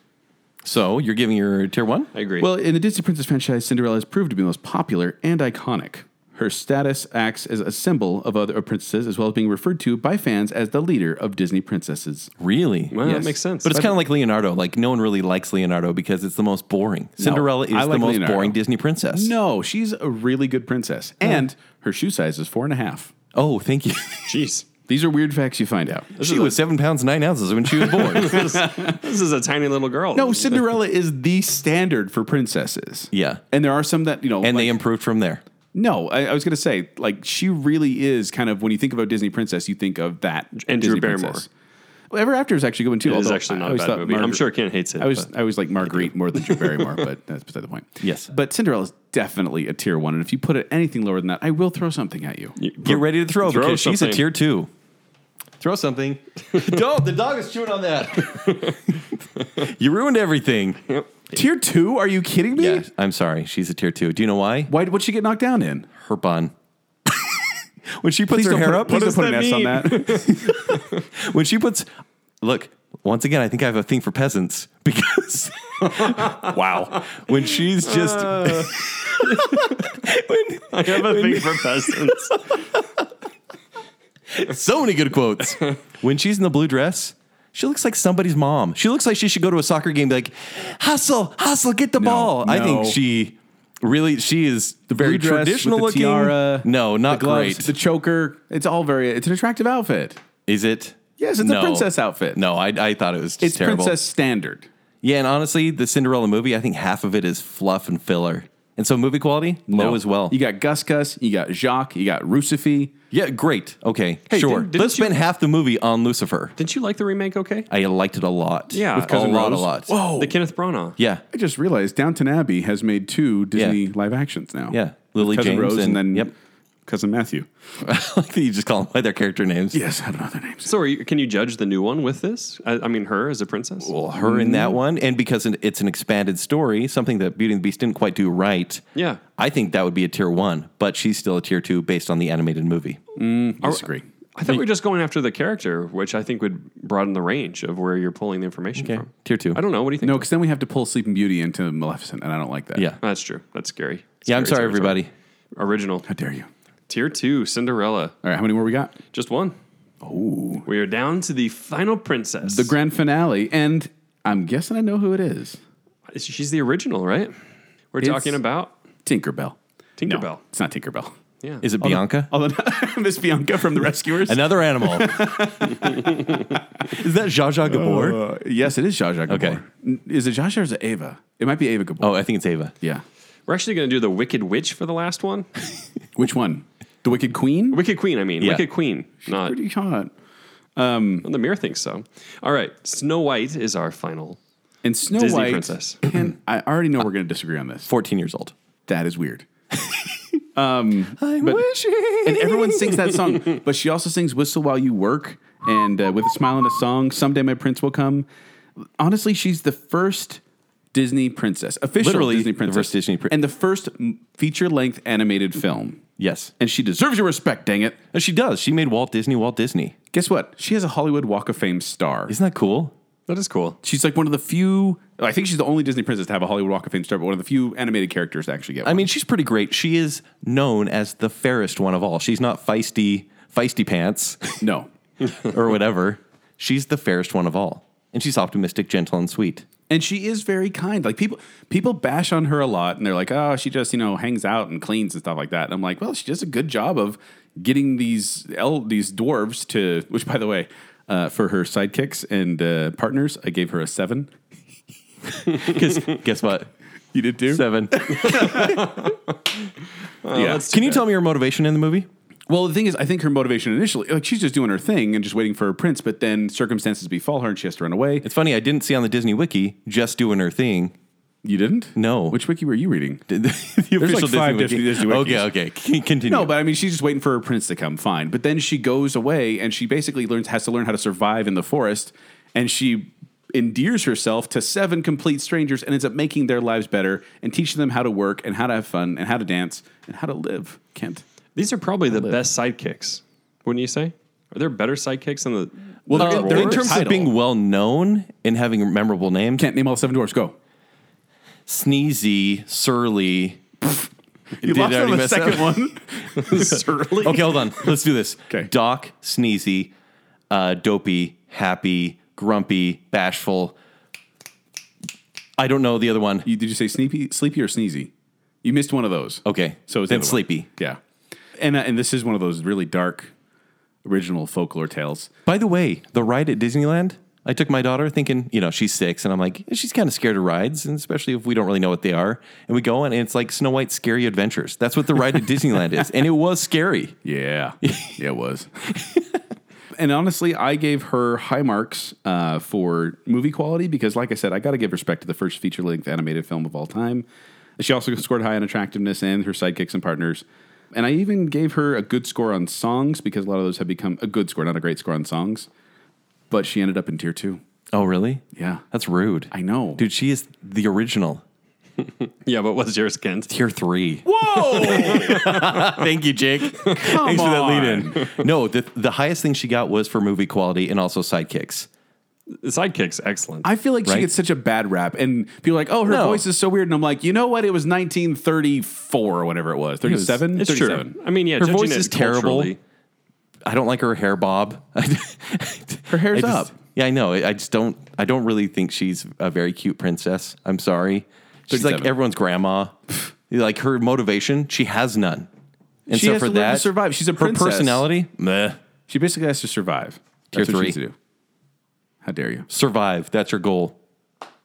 So you're giving your tier one? I agree. Well, in the Disney Princess franchise, Cinderella has proved to be the most popular and iconic. Her status acts as a symbol of other of princesses, as well as being referred to by fans as the leader of Disney princesses. Really? well, yes. that makes sense. But it's kind of like Leonardo. Like no one really likes Leonardo because it's the most boring. Cinderella is I the like most Leonardo. boring Disney princess. No, she's a really good princess, and her shoe size is four and a half. Oh, thank you. jeez. These are weird facts you find out. she was seven pounds nine ounces when she was born. This, this is a tiny little girl. No, Cinderella is the standard for princesses. Yeah. and there are some that you know, and like- they improved from there. No, I, I was going to say, like, she really is kind of when you think about Disney princess, you think of that And Drew Disney Barrymore. Well, Ever After is actually a good one too. It is although actually I not a always bad thought movie. I'm sure Ken hates it, I was but I was like Marguerite more than Drew Barrymore, but that's beside the point. Yes. but Cinderella is definitely a tier one, and if you put it anything lower than that, I will throw something at you. Get ready to throw, Throw because she's a something. tier two. Throw something. Don't. The dog is chewing on that. you ruined everything. Tier two? Are you kidding me? Yeah, I'm sorry. She's a tier two. Do you know why? Why? What'd she get knocked down in? Her bun. when she puts Please her don't hair put, up, Please don't put an that S on mean? that. when she puts look once again i think i have a thing for peasants because wow when she's just I have a thing for peasants. so many good quotes when she's in the blue dress she looks like somebody's mom she looks like she should go to a soccer game and be like hustle hustle get the ball i think no. she really she is the very Blue dress with traditional the looking tiara, no not the gloves, great The choker. It's all very. It's an attractive outfit. is it Yes, it's a princess outfit. no I, I thought it was just It's terrible princess standard. yeah and honestly the cinderella movie i think half of it is fluff and filler and so movie quality low No. as well You got Gus Gus, you got Jacques, you got Rucifi. Yeah, great. Okay, sure. didn't- didn't Let's you- spend half the movie on Lucifer. Didn't you like the remake? Okay. I liked it a lot. Yeah. With a Cousin lot, Rose? a lot. Whoa. The Kenneth Branagh. Oh. Yeah, I just realized Downton Abbey has made two Disney Yeah. live actions now. yeah. Lily Cousin James Rose and, then yep. Cousin Matthew. I like that you just call them by their character names. Yes, I don't know their names. So, are you, can you judge the new one with this? I, I mean, her as a princess. Well, her in Mm-hmm. that one, and because it- it's an expanded story, something that Beauty and the Beast didn't quite do right. Yeah. I think that would be a tier one, but she's still a tier two based on the animated movie. Disagree. I thought we were just going after the character, which I think would broaden the range of where you're pulling the information Okay, from. tier two. I don't know. What do you think? No, because then we have to pull Sleeping Beauty into Maleficent, and I don't like that. Yeah, That's true. That's scary. yeah. I'm sorry, Uh, Scary territory. everybody. Original How dare you? tier two, Cinderella. All right, how many more we got? Just one. Oh. We are down to the final princess. The grand finale, and I'm guessing I know who it is. She's the original, right? We're It's- talking about Tinkerbell. Tinkerbell. No, it's not Tinkerbell. Yeah. Is it Bianca? Although Miss Bianca from The Rescuers. Another animal. is that Zsa Zsa Gabor? Uh, yes, it is Zsa Zsa Gabor. Okay. N- Is it Zsa Zsa or is it Ava? It might be Ava Gabor. oh, I think it's Ava. Yeah. We're actually going to do the Wicked Witch for the last one. Which one? The Wicked Queen? Wicked Queen, I mean. Yeah. Wicked Queen. Not Pretty hot. well, the mirror thinks so. All right. Snow White is our final. And Snow Disney White. princess. And I already know we're going to disagree on this. 14 years old. That is weird. I'm wishing. And everyone sings that song, but she also sings "Whistle While You Work" and uh, with a smile and a song. Someday my prince will come. Honestly, she's the first Disney princess, official Literally Disney the princess, first Disney prin- and the first feature-length animated film. Yes. And she deserves your respect. Dang it! And she does. She made Walt Disney Walt Disney. Guess what? She has a Hollywood Walk of Fame star. Isn't that cool? That is cool. She's like one of the few. I think she's the only Disney princess to have a Hollywood Walk of Fame star, but one of the few animated characters to actually get. I One. mean, she's pretty great. She is known as the fairest one of all. She's not feisty, feisty pants no, or whatever. She's the fairest one of all. And she's optimistic, gentle, and sweet. And she is very kind. Like people people bash on her a lot and they're like, "Oh, she just, you know, hangs out and cleans and stuff like that." And I'm like, "Well, she does a good job of getting these el- these dwarves to which by the way, uh, for her sidekicks and uh, partners, I gave her a 7. Because guess what? You did too? Oh, Seven. yeah. Can you tell me your motivation in the movie? Well, the thing is, I think her motivation initially, like she's just doing her thing and just waiting for her prince, but then circumstances befall her and she has to run away. It's funny, I didn't see on the Disney Wiki just doing her thing. You didn't? No. Which wiki were you reading? The, the official five Disney, Wiki. Disney- Disney Okay, Wikis. okay. Con- Continue. No, but I mean, she's just waiting for her prince to come. Fine, but then she goes away and she basically learns has to learn how to survive in the forest, and she endears herself to seven complete strangers and ends up making their lives better and teaching them how to work and how to have fun and how to dance and how to live. Kent. These are probably the best sidekicks, wouldn't you say? Are there better sidekicks than the? Well, than they're- the they're in dwarves? the terms of title. being well known and having memorable names, Kent, name all seven dwarfs. Go. sneezy, surly. uh, You Did I lost already on the mess up? second one. Surly. Okay, hold on. Let's do this. 'Kay. Doc, sneezy, uh, dopey, happy, grumpy, bashful. I don't know the other one. You, did you say sleepy, sleepy or sneezy? You missed one of those. Okay, So it's then sleepy. Yeah. And uh, and this is one of those really dark original folklore tales. By the way, the ride at Disneyland, I took my daughter thinking, you know, she's six, and I'm like, she's kind of scared of rides, and especially if we don't really know what they are. And we go in, and it's like Snow White's Scary Adventures. That's what the ride at Disneyland is. And it was scary. Yeah. yeah, it was. and honestly, I gave her high marks uh, for movie quality because, like I said, I got to give respect to the first feature length animated film of all time. She also scored high on attractiveness and her sidekicks and partners. And I even gave her a good score on songs because a lot of those have become a good score, not a great score on songs. But she ended up in tier two. Oh, really? Yeah. That's rude. I know. Dude, she is the original. Yeah, but what's yours, Kent? Tier three. Whoa! Thank you, Jake. Thanks for that lead in. No, the, the highest thing she got was for movie quality and also sidekicks. The sidekick's excellent. I feel like Right? she gets such a bad rap, and people are like, "Oh, her No. voice is so weird." And I'm like, you know what? It was 1934 or whatever it was, 37. it's true. 37. I mean, yeah, Her judging voice it is terrible. culturally- I don't like her hair bob. her hair's up. Yeah, I know. I I just don't. I don't really think she's a very cute princess. I'm sorry. She's like 37. everyone's grandma. like her motivation, she has none. And She so has for to live that, to survive. She's a her princess. personality, meh. She basically has to survive. Tier That's what three. she has to do. How dare you? Survive. That's her goal.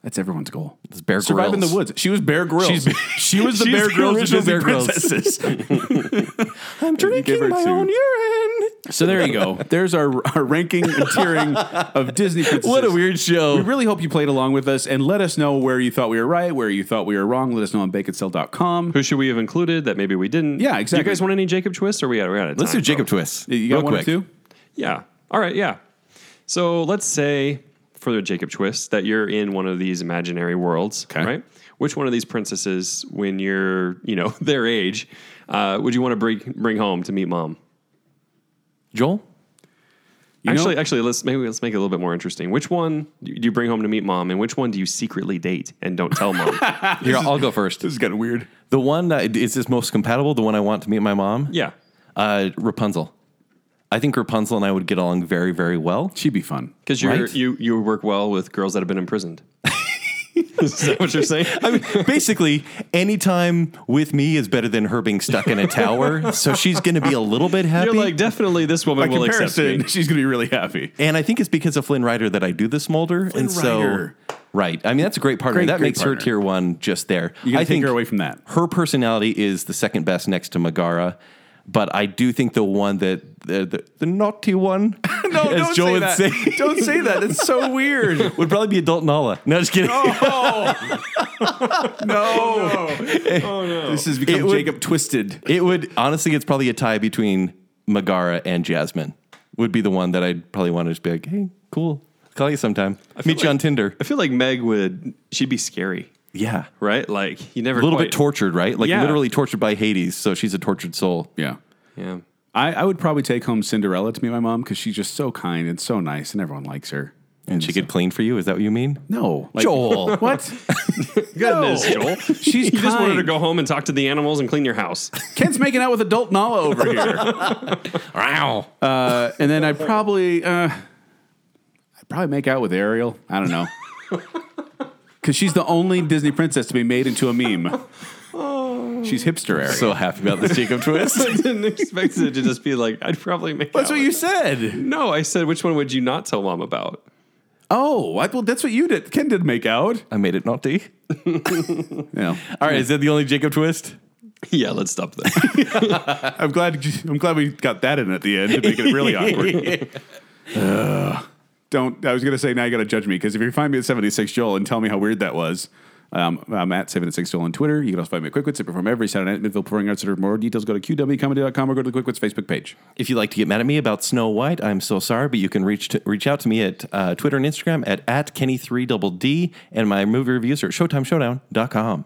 That's everyone's goal. It's Bear survive in Grylls. the woods. She was Bear Grylls. She's- she was the she's Bear the Grylls of original Disney Bear Grylls. princesses. I'm give her drinking my two. own urine. so there you go. There's our, our ranking and tiering of Disney princesses. What a weird show. We really hope you played along with us and let us know where you thought we were right, where you thought we were wrong. Let us know on baconcell.com. Who should we have included that maybe we didn't? Yeah, Do exactly. you guys want any Jacob twists or we out, we're out of time? Let's do bro? Jacob twists. You got real one quick. or two? Yeah. All right. Yeah. So let's say for the Jacob twist that you're in one of these imaginary worlds, Okay. right? Which one of these princesses, when you're you know their age, uh, would you want to bring bring home to meet mom? Joel. You know- actually, actually, let's maybe let's make it a little bit more interesting. Which one do you bring home to meet mom, and which one do you secretly date and don't tell mom? Here, I'll go first. This is kind of weird. The one that is this most compatible, the one I want to meet my mom. yeah. Uh, Rapunzel. I think Rapunzel and I would get along very, very well. She'd be fun. Because you are Right. you you work well with girls that have been imprisoned. Is that what you're saying? I mean, basically, any time with me is better than her being stuck in a tower. so she's going to be a little bit happy. You're like definitely this woman will accept me. she's going to be really happy. and I think it's because of Flynn Rider that I do this molder. and so, Rider. right. I mean, that's a great partner. Great, that great makes her partner. tier one just there. I You can take think her away from that. her personality is the second best next to Megara. But I do think the one that the, the, the naughty one, No, as Joel would say, don't say that. It's so weird. would probably be adult Nala. No, just kidding. Oh no! This has become It would- Jacob twisted. It would honestly, it's probably a tie between Megara and Jasmine. Would be the one that I'd probably want to just be like, hey, cool, call you sometime, meet you on Tinder. I feel like Meg would she'd be scary, Yeah, right? Like you never a little quite, bit tortured, right? Like Yeah. literally tortured by Hades, so she's a tortured soul. Yeah, Yeah. I, I would probably take home Cinderella to meet my mom because she's just so kind and so nice, and everyone likes her. And she could clean for you. Is that what you mean? No, like, Joel. What? Goodness, Oh. Joel. She's You just wanted to kind. go home and talk to the animals and clean your house. Ken's making out with adult Nala over here. Wow. Uh, and then I probably, uh, I probably make out with Ariel. I don't know. because she's the only Disney princess to be made into a meme. Oh. She's hipster area. So happy about this Jacob twist. I didn't expect it to just be like, I'd probably make That's out what with you it. said. No, I said, which one would you not tell mom about? oh, I, well, that's what you did. Ken did make out. I made it naughty. Yeah. All right, is that the only Jacob twist? Yeah, let's stop there. I'm glad. I'm glad we got that in at the end to make it really awkward. Ugh. don't. I was gonna say now you gotta judge me because if you find me at 76 Joel and tell me how weird that was. Um, I'm at 76 Joel on Twitter. You can also find me at Quick Wits. I perform every Saturday night at Midville Performing Arts Center. For more details, go to qwcomedy.com or go to the Quick Wits Facebook page. If you'd like to get mad at me about Snow White, I'm so sorry, but you can reach to, reach out to me at uh, Twitter and Instagram at, at Kenny3DD, and my movie reviews are at ShowtimeShowdown.com.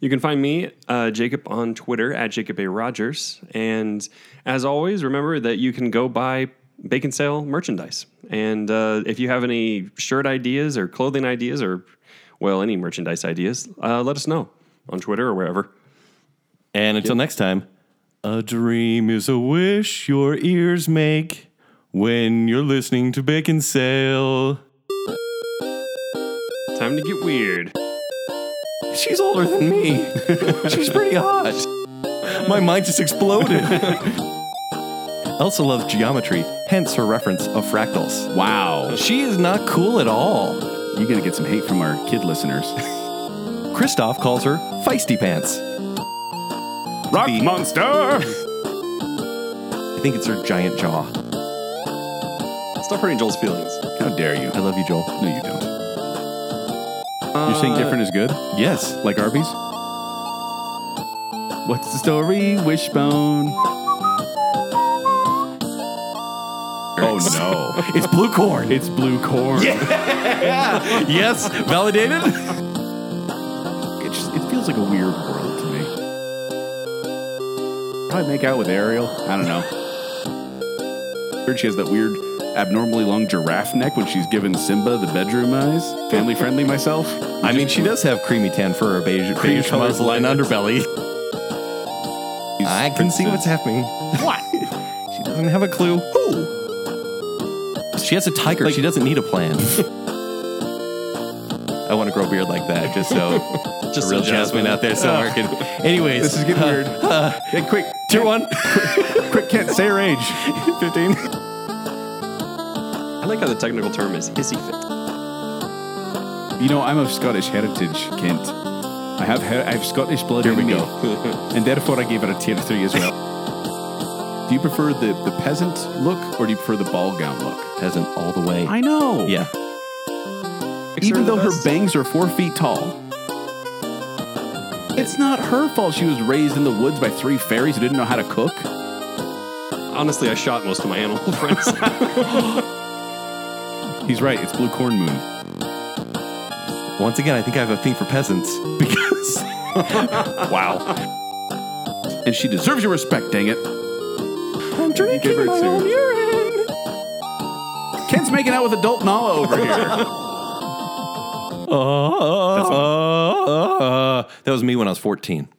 You can find me, uh, Jacob, on Twitter at Jacob A. Rogers. And as always, remember that you can go buy bacon sale merchandise. And uh, if you have any shirt ideas or clothing ideas or, well, any merchandise ideas, uh, let us know on Twitter or wherever. And until next time, a dream is a wish your ears make when you're listening to Bacon Sale. Time to get weird. She's older than me. She's pretty hot. My mind just exploded. Elsa loves geometry, hence her reference of fractals. Wow. She is not cool at all. You're going to get some hate from our kid listeners. Kristoff calls her feisty pants. Rock Beat. Monster! I think it's her giant jaw. Stop hurting Joel's feelings. How dare you? I love you, Joel. No, you don't. You're saying different is good? Yes. Like Arby's? What's the story, Wishbone? Oh no. It's blue corn. it's blue corn. yes. Validated? It, just, it feels like a weird world to me. Probably make out with Ariel. I don't know. Heard she has that weird, abnormally long giraffe neck when she's giving Simba the bedroom eyes. Family friendly myself. I mean, she does have creamy tan fur, a beige, beige colored muzzle, and leather. underbelly. I can see what's happening. What? she doesn't have a clue. Who? She has a tiger. she doesn't need a plan. I want to grow a beard like that, just so just Just a real so Jasmine, Jasmine- out there somewhere can. Anyways, This is getting uh, weird. hey, quick, Tier one, quick, Kent, say your age. fifteen. I like how the technical term is hissy fit. You know, I'm of Scottish heritage, Kent. I have he- I have Scottish blood Here in me, and therefore I gave it a tier three as well. do you prefer the, the peasant look or do you prefer the ball gown look? Peasant all the way. I know. yeah. Even though her best. bangs are four feet tall. It's not her fault she was raised in the woods by three fairies who didn't know how to cook. Honestly, I shot most of my animal friends. He's right, it's Blue Corn Moon. Once again, I think I have a thing for peasants because. wow. And she deserves your respect, dang it. I'm drinking her my two. own urine. Kent's making out with adult Nala over here. Uh, uh, uh, uh. that was me when I was 14.